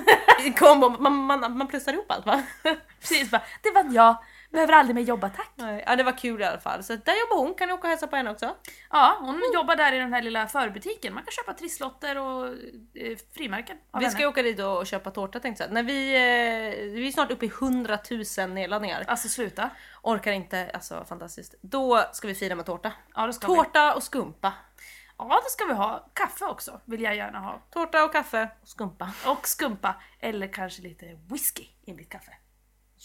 I kombo, man, man, man plussar ihop allt va? Precis bara det vann jag, behöver aldrig mer jobba tack. Nej, Ja det var kul i alla fall. Så där jobbar hon, kan ni åka och hälsa på henne också? Ja, hon jobbar där i den här lilla förbutiken. Man kan köpa trisslotter och eh, frimärken av Vi henne. ska ju åka dit och köpa tårta tänkte jag. När vi, eh, vi är snart uppe i 100 000 nedladdningar. Alltså sluta. Orkar inte, alltså fantastiskt. Då ska vi fira med tårta. Ja, det ska vi. Tårta och skumpa. Ja, det ska vi ha. Kaffe också vill jag gärna ha. Tårta och kaffe och skumpa. Och skumpa. Eller kanske lite whisky i mitt kaffe.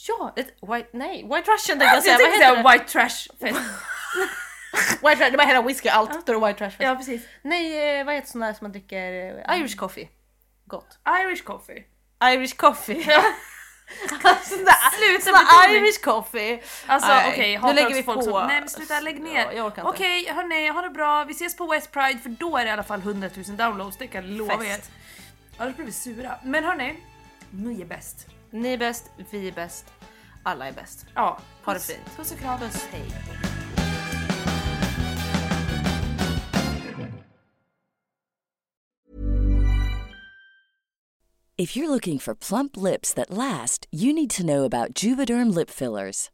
Ja, ett white, nej, white russian tänkte Alltså, jag säga. Alltså, jag Vad tänkte heter det? säga white trash fest. White russian, det var hela whisky, allt står det white russian. Ja, precis. Nej, eh, vad heter sån där som man dricker? eh, Irish coffee. Gott. Irish coffee. Irish coffee. Sluta Sluta betoning. Irish coffee! Alltså Nej, okej, nu okay, lägger vi på. folk som... Nej men sluta, lägg ner. Ja, jag orkar inte. okej, hörni, ha det bra. Vi ses på West Pride för då är det i alla fall 100 000 downloads, det kan jag lova er. Fest. Annars blir vi sura. Men hörni, ni är bäst. Ni är bäst, vi är bäst, alla är bäst. Ja, Ha det fint. Puss och kram. Puss, hej. If you're looking for plump lips that last, you need to know about Juvederm lip fillers.